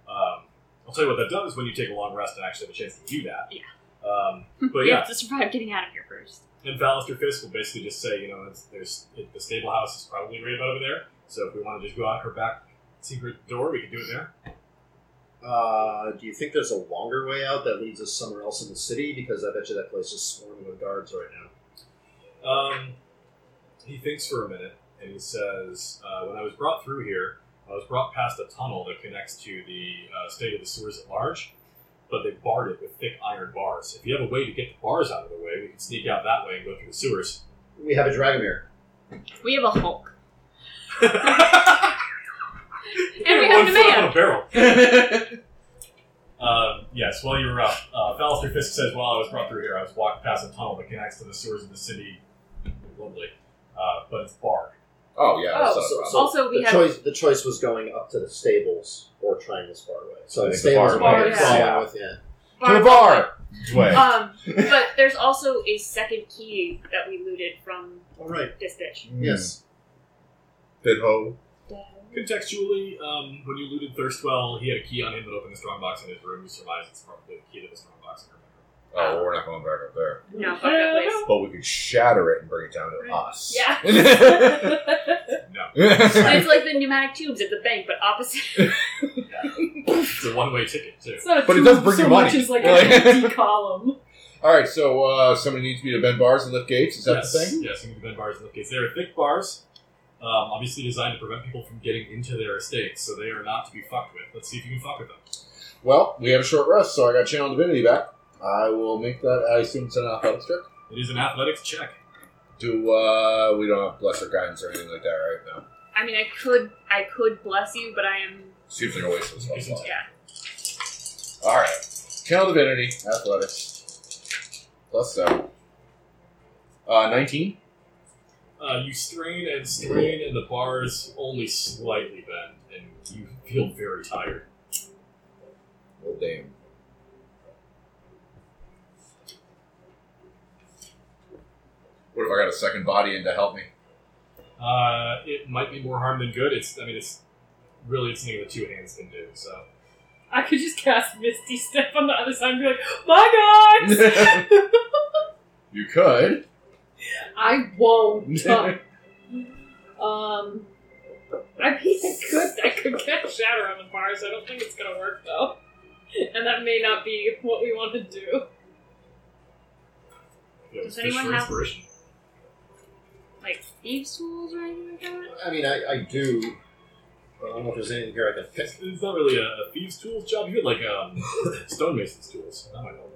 Speaker 1: Um, I'll tell you what that does when you take a long rest and actually have a chance to do that.
Speaker 2: Yeah.
Speaker 1: Um, but
Speaker 2: we
Speaker 1: yeah,
Speaker 2: have to survive getting out of here first.
Speaker 1: and Ballister Fisk will basically just say, you know, it's, there's it, the stable house is probably right about over there. So if we want to just go out her back secret door, we can do it there.
Speaker 5: Uh, do you think there's a longer way out that leads us somewhere else in the city? Because I bet you that place is swarming with guards right now.
Speaker 1: Um, he thinks for a minute and he says, uh, When I was brought through here, I was brought past a tunnel that connects to the uh, state of the sewers at large, but they barred it with thick iron bars. If you have a way to get the bars out of the way, we can sneak out that way and go through the sewers.
Speaker 5: We have a Dragomir.
Speaker 2: We have a Hulk.
Speaker 1: One
Speaker 2: And we have a
Speaker 1: foot
Speaker 2: man!
Speaker 1: on a barrel. Um, yes, while you were up, uh, Fallister Fisk says, while I was brought through here, I was walked past a tunnel that connects to the sewers of the city. Lovely. Uh, but it's barred.
Speaker 3: Oh, yeah.
Speaker 5: Oh,
Speaker 3: that's not a
Speaker 5: so,
Speaker 3: problem.
Speaker 5: so
Speaker 2: Also, we
Speaker 5: the
Speaker 2: have-
Speaker 5: choice. The choice was going up to the stables or trying this far away.
Speaker 3: I
Speaker 5: So the
Speaker 3: think the bar
Speaker 5: stables are
Speaker 2: bar
Speaker 5: probably
Speaker 2: is-
Speaker 5: falling
Speaker 3: yeah.
Speaker 5: with yeah.
Speaker 3: to the bar! Way.
Speaker 2: Um, but there's also a second key that we looted from
Speaker 5: All right.
Speaker 2: this bitch.
Speaker 5: Yes.
Speaker 3: Pit hole.
Speaker 1: Contextually, um, when you looted Thirstwell, he had a key on him that opened the strongbox in his room. You surmise it's probably the key to the strongbox in her room.
Speaker 3: Oh, we're not going back up there.
Speaker 2: No, fuck that place.
Speaker 3: But we could shatter it and bring it down to us.
Speaker 2: Yeah.
Speaker 1: No,
Speaker 2: It's like the pneumatic tubes at the bank, but opposite.
Speaker 1: it's a one-way ticket too.
Speaker 4: It's not a
Speaker 3: But it
Speaker 4: tube
Speaker 3: does bring
Speaker 4: so
Speaker 3: you
Speaker 4: much
Speaker 3: money.
Speaker 4: as like
Speaker 3: Like-
Speaker 4: an empty column.
Speaker 3: All right, so uh, somebody needs me to bend bars and lift gates. Is that
Speaker 1: yes,
Speaker 3: the thing?
Speaker 1: yes, you can bend bars in the case. They are thick bars, um, obviously designed to prevent people from getting into their estates, so they are not to be fucked with. Let's see if you can fuck with them.
Speaker 3: Well, we have a short rest, so I got Channel Divinity back. I will make that. I assume it's an athletics check.
Speaker 1: It is an athletics check.
Speaker 3: Do uh, we don't have blesser guidance or anything like that right now?
Speaker 2: I mean, I could, I could bless you, but I am.
Speaker 3: Seems like a waste of spell slot.
Speaker 2: Yeah.
Speaker 3: All right, channel divinity, athletics, plus seven. Uh, nineteen.
Speaker 1: Uh, you strain and strain, and the bars only slightly bend, and you feel very tired.
Speaker 3: Well, damn. What if I got a second body in to help me?
Speaker 1: Uh, it might be more harm than good. It's, I mean, it's really it's something that two hands can do. So
Speaker 4: I could just cast Misty Step on the other side and be like, "My guys!"
Speaker 3: you could.
Speaker 4: I won't. um, I mean, I could, I could get Shatter on the bars. I don't think it's gonna work though, and that may not be what we want to do.
Speaker 1: yeah,
Speaker 2: Does
Speaker 1: fish
Speaker 2: anyone
Speaker 1: for
Speaker 2: have-
Speaker 1: inspiration.
Speaker 2: Like thieves' tools or anything like that.
Speaker 5: I mean, I, I do. But I don't know if there's anything here I can pick.
Speaker 1: It's, it's not really a, a thieves' tools job. You had like um, stonemason's tools. That might help.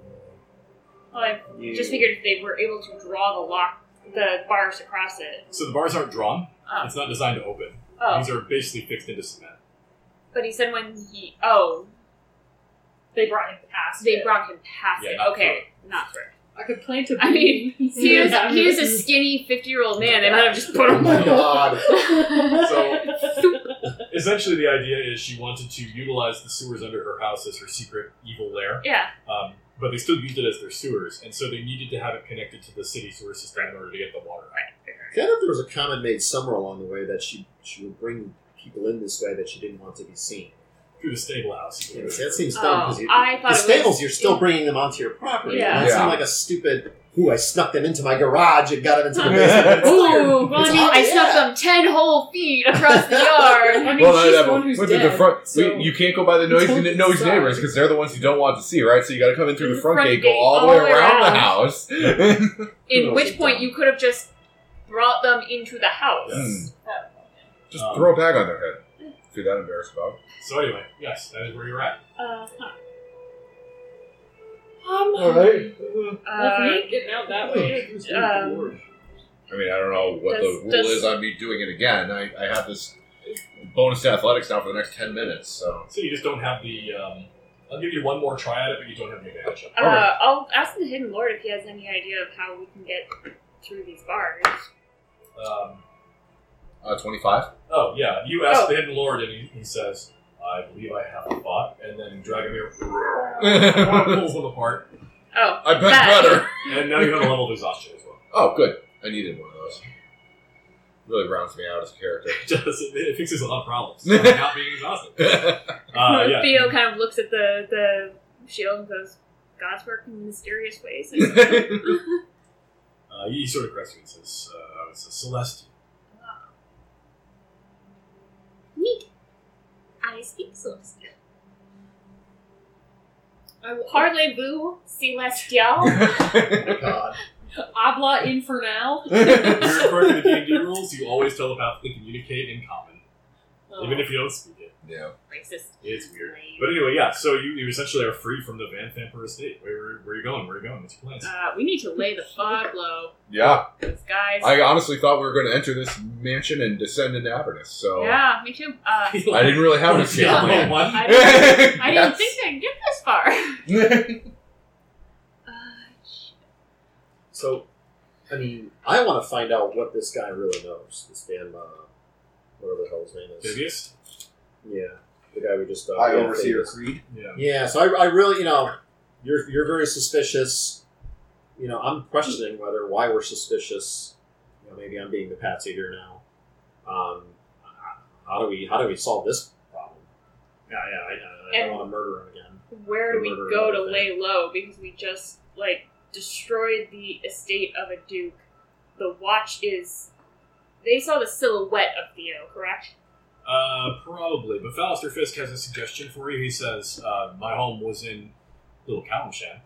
Speaker 2: Well, I just figured if they were able to draw the lock, the bars across it.
Speaker 1: So the bars aren't drawn.
Speaker 2: Oh.
Speaker 1: It's not designed to open.
Speaker 2: Oh,
Speaker 1: These are basically fixed into cement.
Speaker 2: but he said when he oh
Speaker 4: They brought him past.
Speaker 2: they
Speaker 4: it.
Speaker 2: brought him past
Speaker 1: Yeah,
Speaker 2: it.
Speaker 1: not
Speaker 2: Okay, not through.
Speaker 4: I could plant a
Speaker 2: I mean,
Speaker 4: bean.
Speaker 2: He was he was a skinny fifty year old man. They might have just put him.
Speaker 5: Oh my god!
Speaker 1: So essentially, the idea is she wanted to utilize the sewers under her house as her secret evil lair,
Speaker 2: Yeah,
Speaker 1: um, but they still used it as their sewers, and so they needed to have it connected to the city sewer system in order to get the water out.
Speaker 5: Yeah, I thought there was a comment made somewhere along the way that she she would bring people in this way that she didn't want to be seen.
Speaker 1: through the stable house.
Speaker 5: Yeah, that seems dumb
Speaker 2: oh,
Speaker 5: because you.
Speaker 2: I
Speaker 5: The
Speaker 2: thought it
Speaker 5: stables,
Speaker 2: was.
Speaker 5: you're still bringing them onto your property.
Speaker 2: Yeah.
Speaker 5: That
Speaker 3: Yeah.
Speaker 5: seemed like a stupid, ooh, I snuck them into my garage and got them into the basement.
Speaker 2: Ooh, well, I
Speaker 5: It's
Speaker 2: mean,
Speaker 5: hot,
Speaker 2: I snuck
Speaker 5: Oh, yeah.
Speaker 2: them ten whole feet across the yard.
Speaker 4: I mean, she's the one who's
Speaker 3: but
Speaker 4: dead.
Speaker 3: the front,
Speaker 4: so-
Speaker 3: we, you can't go by the noise,
Speaker 4: Don't
Speaker 3: noise
Speaker 4: decide.
Speaker 3: neighbors because they're the ones you don't want to see, right? So you got to come in through the front,
Speaker 2: Front
Speaker 3: gate, go
Speaker 2: gate,
Speaker 3: all the way around, the house.
Speaker 2: In
Speaker 5: Who
Speaker 2: which
Speaker 5: else
Speaker 2: point
Speaker 5: is
Speaker 2: you could have just brought them into the house.
Speaker 3: Hmm. Just
Speaker 1: Um,
Speaker 3: throw a bag on their head. See that embarrassed about?
Speaker 1: So anyway, yes, that is where you're at.
Speaker 2: Uh,
Speaker 4: Um,
Speaker 8: All right.
Speaker 4: Like
Speaker 2: uh,
Speaker 4: me getting out that way.
Speaker 2: um,
Speaker 3: I mean, I don't know what
Speaker 2: Does-
Speaker 3: the rule
Speaker 2: does-
Speaker 3: is on me doing it again. I, I have this bonus to athletics now for the next ten minutes. So
Speaker 1: So you just don't have the. Um, I'll give you one more try at it, but you don't have the advantage. on it.
Speaker 2: uh, I'll ask the Hidden Lord if he has any idea of how we can get through these bars.
Speaker 1: Um,
Speaker 3: uh, twenty-five.
Speaker 1: oh yeah, you ask
Speaker 2: Oh.
Speaker 1: the hidden lord, and he, he says, "I believe I have a thought," and then Dragomir pulls them apart,
Speaker 2: Oh,
Speaker 3: I bet
Speaker 2: That.
Speaker 3: better.
Speaker 1: and now you have a level of exhaustion as well.
Speaker 3: Oh, good. I needed one of those. Really rounds me out as a character.
Speaker 1: It does it, it fixes a lot of problems. uh, not being exhausted. Uh, yeah.
Speaker 2: Theo kind of looks at the the shield and goes, "God's work in mysterious ways."
Speaker 1: Uh, he sort of corrects me and says, uh, it says, Celeste,
Speaker 2: Neat. I speak Celestial.
Speaker 4: I will
Speaker 2: Parlez-vous Celestial?
Speaker 5: God.
Speaker 4: habla infernal.
Speaker 1: you're according to the D&D rules, you always telepathically communicate in common,
Speaker 2: Oh.
Speaker 1: even if you don't speak it.
Speaker 3: yeah.
Speaker 2: Racist.
Speaker 1: It's weird. But anyway, yeah, so you, you essentially are free from the Van Thamper estate. Where, where are you going? Where are you going? What's your plans?
Speaker 2: Uh, we need to lay the fog low.
Speaker 3: Yeah.
Speaker 2: Those guys.
Speaker 3: I honestly thought we were going to enter this mansion and descend into Avernus, so
Speaker 2: Yeah, me too. Uh,
Speaker 3: I didn't really have an escape
Speaker 1: Yeah,
Speaker 3: plan.
Speaker 1: one.
Speaker 2: I didn't, I didn't think I'd get this far.
Speaker 3: Yes.
Speaker 2: Uh,
Speaker 5: So, I mean, I want to find out what this guy really knows. This damn, uh, whatever the hell his name is.
Speaker 1: Vivius?
Speaker 5: Yeah, the guy we just. Uh,
Speaker 8: I
Speaker 5: yeah,
Speaker 8: oversee your
Speaker 5: famous.
Speaker 8: creed.
Speaker 1: Yeah.
Speaker 5: Yeah, so I, I really, you know, you're you're very suspicious. You know, I'm questioning whether why we're suspicious. You know, maybe I'm being the patsy here now. Um, how do we how do we solve this problem? Yeah, yeah, I, I, I
Speaker 2: And-
Speaker 5: don't want to murder him again.
Speaker 2: where do we
Speaker 5: Murder
Speaker 2: go to
Speaker 5: another
Speaker 2: lay low? Because we just, like, destroyed the estate of a duke. The watch is. They saw the silhouette of Theo, correct?
Speaker 1: Uh, probably. But Falister Fisk has a suggestion for you. He says, uh, my home was in Little Calamshan.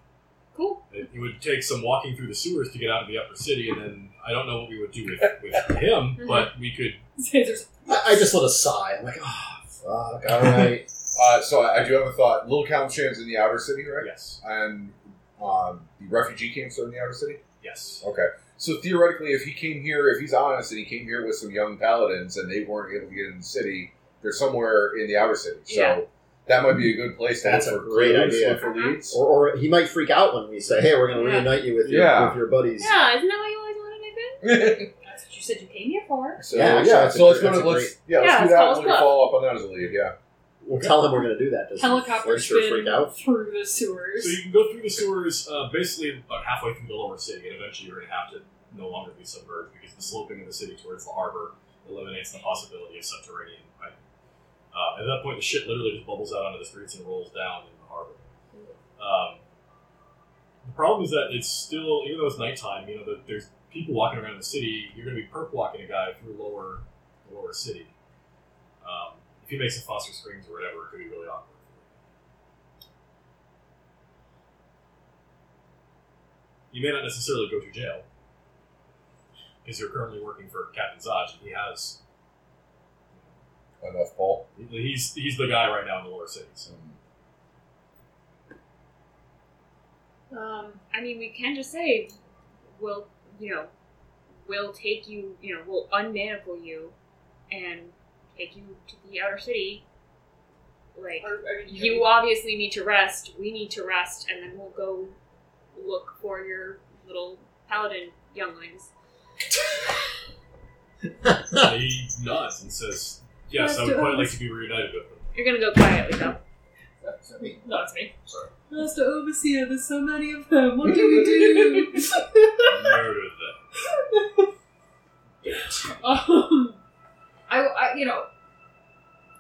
Speaker 2: Cool.
Speaker 1: It it would take some walking through the sewers to get out of the upper city, and then I don't know what we would do with, with him, but we could.
Speaker 4: Scissors.
Speaker 5: I, I just let a sigh. I'm like, oh, fuck. All right.
Speaker 3: Uh, so I, I do have a thought. Little Calamshan's in the outer city, right?
Speaker 1: Yes.
Speaker 3: And um, the refugee camps are in the outer city.
Speaker 1: Yes.
Speaker 3: Okay. So theoretically, if he came here, if he's honest, and he came here with some young paladins, and they weren't able to get in the city, they're somewhere in the outer city. So
Speaker 2: Yeah.
Speaker 3: that might be a good place to
Speaker 5: That's
Speaker 3: look
Speaker 5: a
Speaker 3: for
Speaker 5: great
Speaker 3: clues,
Speaker 5: idea.
Speaker 3: look for leads.
Speaker 5: Or, or he might freak out when we say, "Hey, we're going to
Speaker 2: Yeah.
Speaker 5: reunite you with your
Speaker 3: Yeah.
Speaker 5: with your buddies."
Speaker 4: Ah,
Speaker 2: Yeah, isn't that what you always wanted, my friend?
Speaker 9: That's what you said you came here for.
Speaker 3: so
Speaker 5: Yeah,
Speaker 3: yeah,
Speaker 5: actually, that's a
Speaker 3: so let's
Speaker 5: great-
Speaker 3: go to
Speaker 5: that's a
Speaker 3: let's yeah, let's
Speaker 2: Yeah,
Speaker 3: do
Speaker 2: it's
Speaker 3: that.
Speaker 2: called
Speaker 3: and We can
Speaker 2: Club.
Speaker 3: follow up on that as a lead. Yeah.
Speaker 5: We'll tell him we're going to do that. Doesn't
Speaker 4: Helicopter
Speaker 5: sure
Speaker 4: spin
Speaker 5: freak out.
Speaker 4: through the
Speaker 1: So
Speaker 4: sewers.
Speaker 1: you can go through the sewers uh, basically about halfway through the lower city, and eventually you're going to have to no longer be submerged because the sloping of the city towards the harbor eliminates the possibility of subterranean piping. Uh, at that point, the shit literally just bubbles out onto the streets and rolls down into the harbor. Um, the problem is that it's still, even though it's nighttime, you know, there- there's people walking around the city. You're going to be perp walking a guy through lower, the lower city. Um, if he makes a foster screams or whatever, it could be really awkward. You may not necessarily go to jail because you're currently working for Captain Zaj, and he has
Speaker 3: Enough, Paul.
Speaker 1: he's he's the guy right now in the lower city. So
Speaker 2: Um, I mean, we can just say, we'll, you know, we'll take you, you know, we'll unmanacle you and take you to the outer city. Like,
Speaker 4: Or, I mean,
Speaker 2: you obviously need to rest, we need to rest, and then we'll go look for your little paladin younglings.
Speaker 1: he nods and says, "Yes, I would quite like to be reunited with them."
Speaker 2: You're gonna go quietly, though.
Speaker 4: No, it's me.
Speaker 5: Sorry.
Speaker 4: Master Overseer, there's so many of them. What do we do?
Speaker 1: Murder them.
Speaker 4: um, I, I, you know,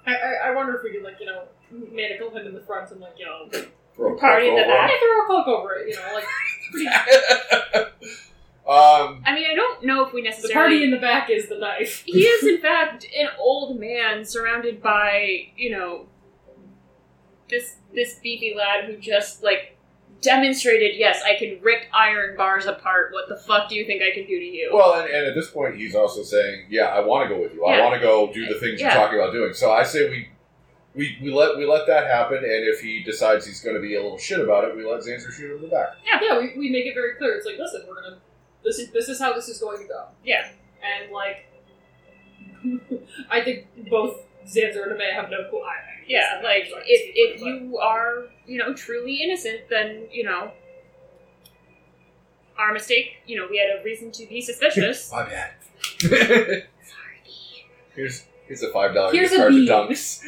Speaker 4: I, I, I wonder if we could, like, you know, manacle him in the front and, like, you know,
Speaker 3: Throw a
Speaker 2: Party in the
Speaker 3: cloak over.
Speaker 2: back.
Speaker 4: I throw a cloak over it, you know, like,
Speaker 3: um,
Speaker 2: I mean, I don't know if we
Speaker 4: the party
Speaker 2: necessarily.
Speaker 4: in the back is the knife.
Speaker 2: He is, in fact, an old man surrounded by, you know, this this beefy lad who just like demonstrated. Yes, I can rip iron bars apart. What the fuck do you think I can do to you?
Speaker 3: well, and, and at this point, he's also saying, "Yeah, I want to go with you. I
Speaker 2: Yeah.
Speaker 3: want to go do the things
Speaker 2: Yeah.
Speaker 3: you're talking about doing." So I say we, we, we let we let that happen, and if he decides he's going to be a little shit about it, we let Zanzer shoot him in the back.
Speaker 4: yeah, we, we make it very clear. It's like, listen, we're gonna, this is, this is how this is going to go.
Speaker 2: yeah,
Speaker 4: And, like, I think both Xanzer and Amaya have no clue. I, I mean,
Speaker 2: yeah.
Speaker 4: it's-
Speaker 2: Like
Speaker 4: it's
Speaker 2: if if
Speaker 4: but-
Speaker 2: you are you know truly innocent, then you know our mistake. You know we had a reason to be suspicious.
Speaker 3: My bad. here's here's a five dollar
Speaker 4: Here's
Speaker 3: gift
Speaker 4: a
Speaker 3: card to
Speaker 4: bean.
Speaker 3: Dunks.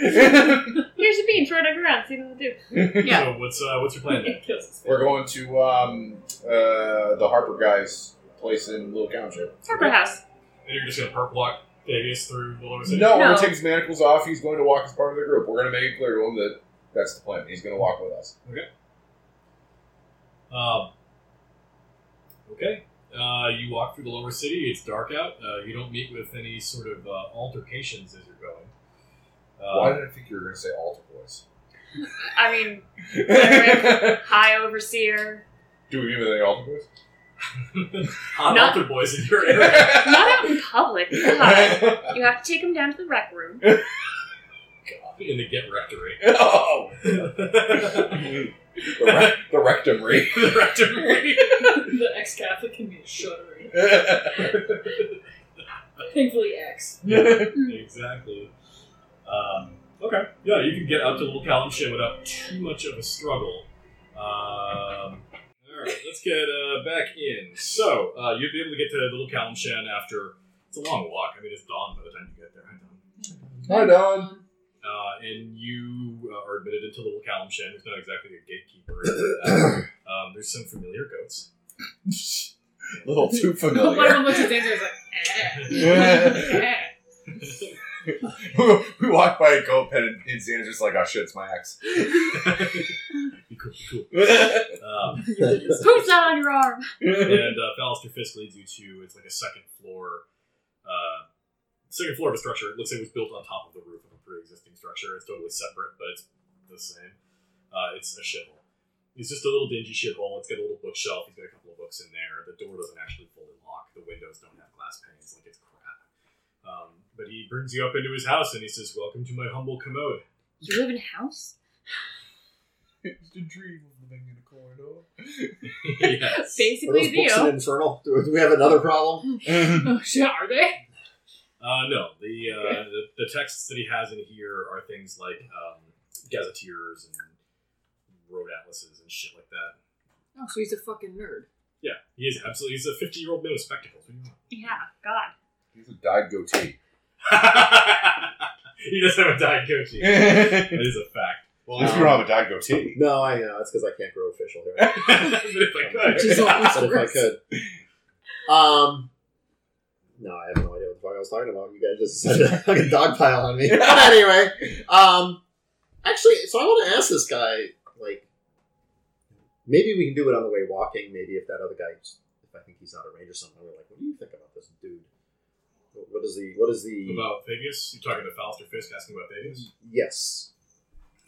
Speaker 2: Here's a bean. Throw it on ground. See what it'll do. Yeah.
Speaker 1: So what's uh, what's your plan? then?
Speaker 4: It kills us.
Speaker 3: We're going to um, uh, the Harper guys' place in Little Township.
Speaker 2: Harper House.
Speaker 1: And you're just gonna perp walk Davius through the lower city.
Speaker 3: No, we're
Speaker 2: No.
Speaker 3: gonna take his manacles off. He's going to walk as part of the group. We're gonna make it clear to him that that's the plan. He's gonna walk with us.
Speaker 1: Um, okay. Uh, you walk through the lower city. It's dark out. Uh, you don't meet with any sort of uh, altercations as you're going. Uh,
Speaker 3: Why did I think you were gonna say altar boys?
Speaker 2: I mean,
Speaker 3: Do
Speaker 2: high overseer.
Speaker 3: we give it any altar boys?
Speaker 1: on
Speaker 2: Not-
Speaker 1: altar boys in your area.
Speaker 2: Not out in public. God. You have to take him down to the rec room.
Speaker 1: in the get rectory.
Speaker 3: oh,
Speaker 1: the
Speaker 3: the, rec- the rectumry.
Speaker 1: rectory.
Speaker 4: the ex-Catholic can be shuddering. Thankfully, ex.
Speaker 1: exactly. Um, okay. Yeah, you can get up to Little Calamshin without too much of a struggle. Um, all right, let's get uh, back in. So uh, you'll be able to get to Little Calamshin after it's a long walk. I mean, it's dawn by the time you get there. I don't
Speaker 3: Hi, Don.
Speaker 1: uh, and you uh, are admitted into Little Callum Shen, who's not exactly a gatekeeper. or anything like that. um, there's some familiar goats.
Speaker 3: A little too
Speaker 4: One of
Speaker 3: familiar.
Speaker 4: them looks at Xander and is like, eh, eh.
Speaker 3: we walk by a goat pen and, and Xander's just like, oh shit, it's my ex.
Speaker 1: Be cool, be cool. Um,
Speaker 2: Who's that on your arm?
Speaker 1: and uh, Ballister Fisk leads you to it's like a second floor, uh, second floor of a structure. It looks like it was built on top of the roof of a pre-existing structure. It's totally separate, but it's the same. Uh, it's a shithole. It's just a little dingy shithole. It's got a little bookshelf. He's got a couple of books in there. The door doesn't actually fully lock. The windows don't have glass panes. Like it's crap. Um, but he brings you up into his house and he says, "Welcome to my humble commode."
Speaker 2: You live in a house?
Speaker 8: it's the dream of living in a corridor.
Speaker 1: yes.
Speaker 5: Are those
Speaker 2: Basically, the
Speaker 5: books in Infernal? Do, do we have another problem?
Speaker 4: Oh shit, are they?
Speaker 1: Uh, no, the, uh, the the texts that he has in here are things like um, gazetteers and road atlases and shit like that.
Speaker 7: Oh, so he's a fucking nerd.
Speaker 1: Yeah, he is absolutely. He's a fifty-year-old man with spectacles. What do you want?
Speaker 2: yeah, God.
Speaker 3: He's a dyed goatee.
Speaker 1: he doesn't have a dyed goatee.
Speaker 8: if
Speaker 1: that is a fact.
Speaker 5: Well,
Speaker 8: you don't have a dyed goatee.
Speaker 5: No, I know. It's because I can't grow official hair.
Speaker 1: but if I could,
Speaker 7: Which is always
Speaker 5: but if I
Speaker 7: gross.
Speaker 5: could. Um, no, I have no idea what the fuck I was talking about. You guys just said a fucking dogpile on me. But anyway, um, actually, so I want to ask this guy, like, maybe we can do it on the way walking. Maybe if that other guy, if I think he's not a ranger or something, we're like, what do you think about this dude? What- What is the, what is the,
Speaker 1: about Fabius, you're talking to Falster Fisk, asking about Fabius.
Speaker 5: yes.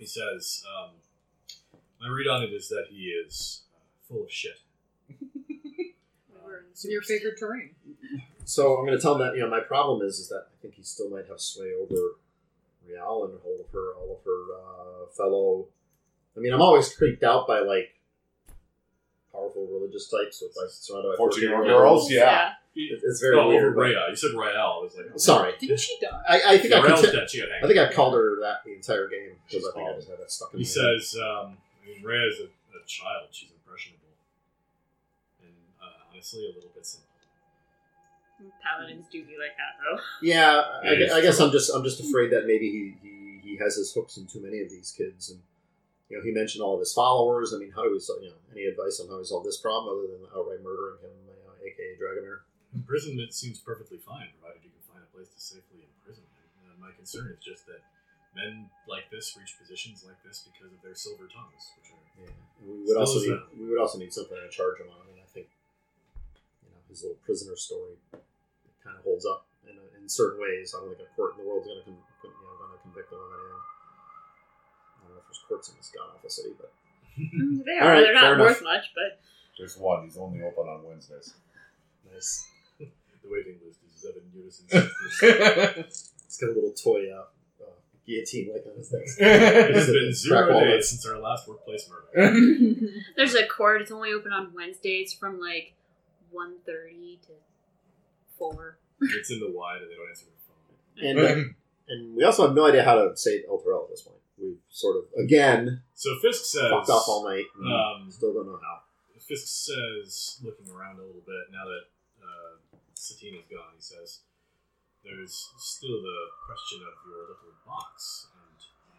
Speaker 1: He says, um, "My read on it is that he is uh, full of shit."
Speaker 4: Your favorite terrain.
Speaker 5: So I'm going to tell him that you know my problem is is that I think he still might have sway over Rial and all of her all of her uh, fellow. I mean, I'm always creeped out by like powerful religious types with like surrounded by
Speaker 3: 14-year-old
Speaker 5: girls.
Speaker 8: Girls, yeah.
Speaker 5: It- It's very
Speaker 1: oh,
Speaker 5: weird.
Speaker 1: over
Speaker 5: but-
Speaker 1: Raya. You said Raya. I was like, oh,
Speaker 5: Sorry,
Speaker 4: Didn't she die?
Speaker 5: I, I think I,
Speaker 1: Rael's
Speaker 5: conti-
Speaker 1: dead. She got hanged.
Speaker 5: I think I called her that the entire game because I think I
Speaker 1: Called.
Speaker 5: just had that stuck
Speaker 1: He
Speaker 5: in my head.
Speaker 1: says, um, I mean, Rhea is a, a child. She's impressionable. And uh, honestly, a little bit simple.
Speaker 2: Paladins do be like that, though.
Speaker 5: Yeah, I,
Speaker 1: Yeah,
Speaker 5: gue-
Speaker 1: it's
Speaker 5: I guess
Speaker 1: true.
Speaker 5: I'm just I'm just afraid that maybe he, he he has his hooks in too many of these kids, and you know he mentioned all of his followers. I mean, how do we sol- you know any advice on how we solve this problem other than outright murdering him, you know, aka Dragonair?
Speaker 1: Imprisonment seems perfectly fine, provided you can find a place to safely imprison him. Uh, my concern is just that men like this reach positions like this because of their silver tongues, which are
Speaker 5: Yeah, and we would
Speaker 1: Still
Speaker 5: also
Speaker 1: is
Speaker 5: need,
Speaker 1: that-
Speaker 5: we would also need something to charge him on, and I think you know his little prisoner story kind of holds up in, a, in certain ways. I don't think a court in the world's going to con- con- you know going to convict him of anything. I don't know if there's courts in this god awful city, but
Speaker 2: they
Speaker 5: All
Speaker 2: are.
Speaker 5: right,
Speaker 2: They're
Speaker 5: fair
Speaker 2: not
Speaker 5: enough.
Speaker 2: worth much, but
Speaker 3: There's one. He's only open on Wednesdays.
Speaker 5: nice.
Speaker 1: the waiting list is seven years and six years.
Speaker 5: He's got a little toy uh, uh, guillotine like on his desk.
Speaker 1: It has been zero
Speaker 5: Crack
Speaker 1: days
Speaker 5: walnuts.
Speaker 1: since our last workplace murder.
Speaker 2: there's a court. It's only open on Wednesdays from like 1.30 to four.
Speaker 1: It's in the wide, and they don't answer the phone.
Speaker 5: And, uh, and we also have no idea how to say El Torell at this point. We've sort of, again,
Speaker 1: So Fisk says,
Speaker 5: fucked off all night. and
Speaker 1: um,
Speaker 5: still don't know how.
Speaker 1: Fisk says, looking around a little bit now that uh, Satine is gone, he says, "There's still the question of your little box."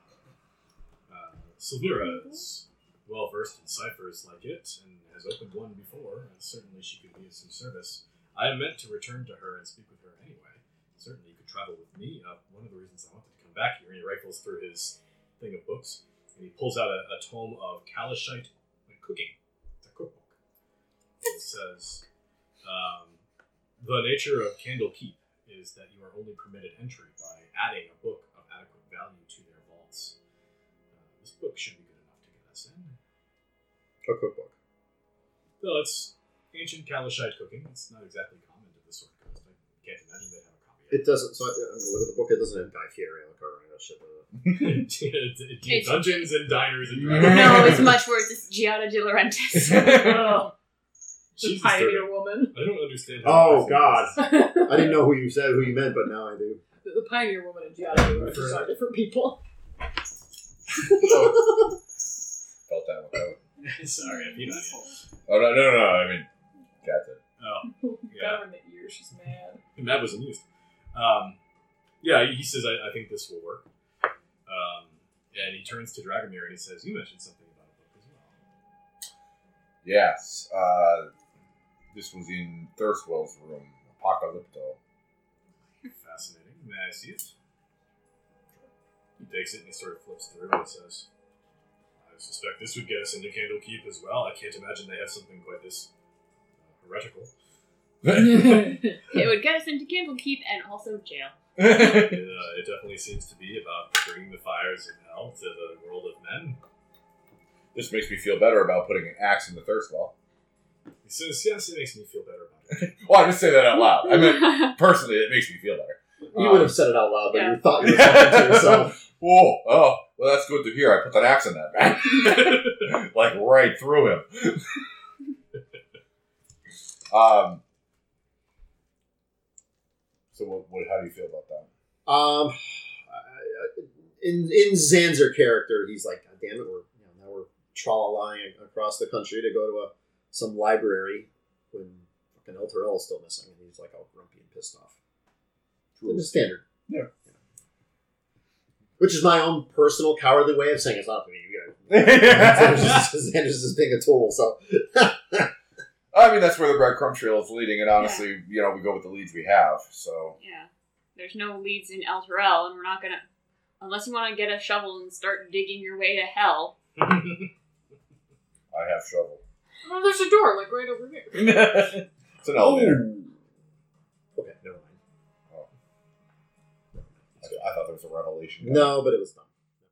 Speaker 1: And uh, Silvira is well versed in ciphers like it, and has opened one before, and certainly she could be of some service. I meant to return to her and speak with her anyway. Certainly, you could travel with me. Uh, one of the reasons I wanted to come back here, and he rifles through his thing of books, and he pulls out a, a tome of Kalashite cooking the cookbook. It says, um, "The nature of Candle Keep is that you are only permitted entry by adding a book of adequate value to their vaults. Uh, this book should be good enough to get us in.
Speaker 5: A cookbook.
Speaker 1: Well, it's ancient Kalashite cooking. It's not exactly common to this sort of coast. I can't imagine they have a copy.
Speaker 5: It doesn't, so I, I'm going to look at the book. It doesn't have Guy Fieri on the cover or any of that shit. does it?
Speaker 1: it, it, it,
Speaker 2: It's-
Speaker 1: dungeons and diners and
Speaker 2: no, it's much worse. It's Giada de Laurentiis.
Speaker 4: oh, the
Speaker 1: Jesus,
Speaker 4: pioneer
Speaker 1: they're-
Speaker 4: woman.
Speaker 1: I don't understand.
Speaker 5: Oh,
Speaker 1: impressive
Speaker 5: God.
Speaker 1: this is.
Speaker 4: the,
Speaker 5: I didn't know who you said, who you meant, but now I do.
Speaker 4: the pioneer woman and geology are just are different people.
Speaker 3: Felt that one out.
Speaker 1: Sorry, I'm being on you.
Speaker 3: Oh no, no, no! no, I mean, got that.
Speaker 1: Oh, yeah.
Speaker 4: Got her in the ear. She's mad.
Speaker 1: And that was amused. Um, yeah, he says, I, I think this will work. Um, and he turns to Dragomir and he says, You mentioned something about a book as well.
Speaker 3: Yes. Uh, this was in Thirstwell's room, Apocalypto.
Speaker 1: Fascinating. May I see it? He takes it and he sort of flips through and says, I suspect this would get us into Candlekeep as well. I can't imagine they have something quite this uh, heretical. uh,
Speaker 2: it would get us into Candlekeep and also jail.
Speaker 1: It, uh, it definitely seems to be about bringing the fires of hell to the world of men.
Speaker 3: This makes me feel better about putting an axe in the Thirstwell.
Speaker 1: He says, Yes, it makes me feel better about it.
Speaker 3: Well, I just say that out loud. I mean, personally, it makes me feel better.
Speaker 5: You would have said it out loud, but
Speaker 4: Yeah.
Speaker 5: you thought you were talking to yourself.
Speaker 3: Whoa, oh, well, that's good to hear. I put that axe in that man. like right through him. um, so, what, what, how do you feel about that?
Speaker 5: Um, I- I- in in Zanzer character, he's like, God damn it, we're you know, now we're trolleying across the country to go to a some library when fucking El Terrell is still missing, and he's like all grumpy and pissed off. Which is standard.
Speaker 8: Yeah.
Speaker 5: Which is my own personal cowardly way of saying it's not for me. You guys,
Speaker 3: I
Speaker 5: Xander's, Xander's just being a tool. So
Speaker 3: mean, that's where the breadcrumb trail is leading, and honestly, you know, we go with the leads we have. So,
Speaker 2: Yeah. There's no leads in El Terrell, and we're not gonna. Unless you want to get a shovel and start digging your way to hell.
Speaker 3: I have shovel.
Speaker 4: Oh, there's a door, like right over here.
Speaker 3: It's an elevator.
Speaker 5: okay, never mind.
Speaker 3: I thought there was a revelation.
Speaker 5: No, but it was dumb.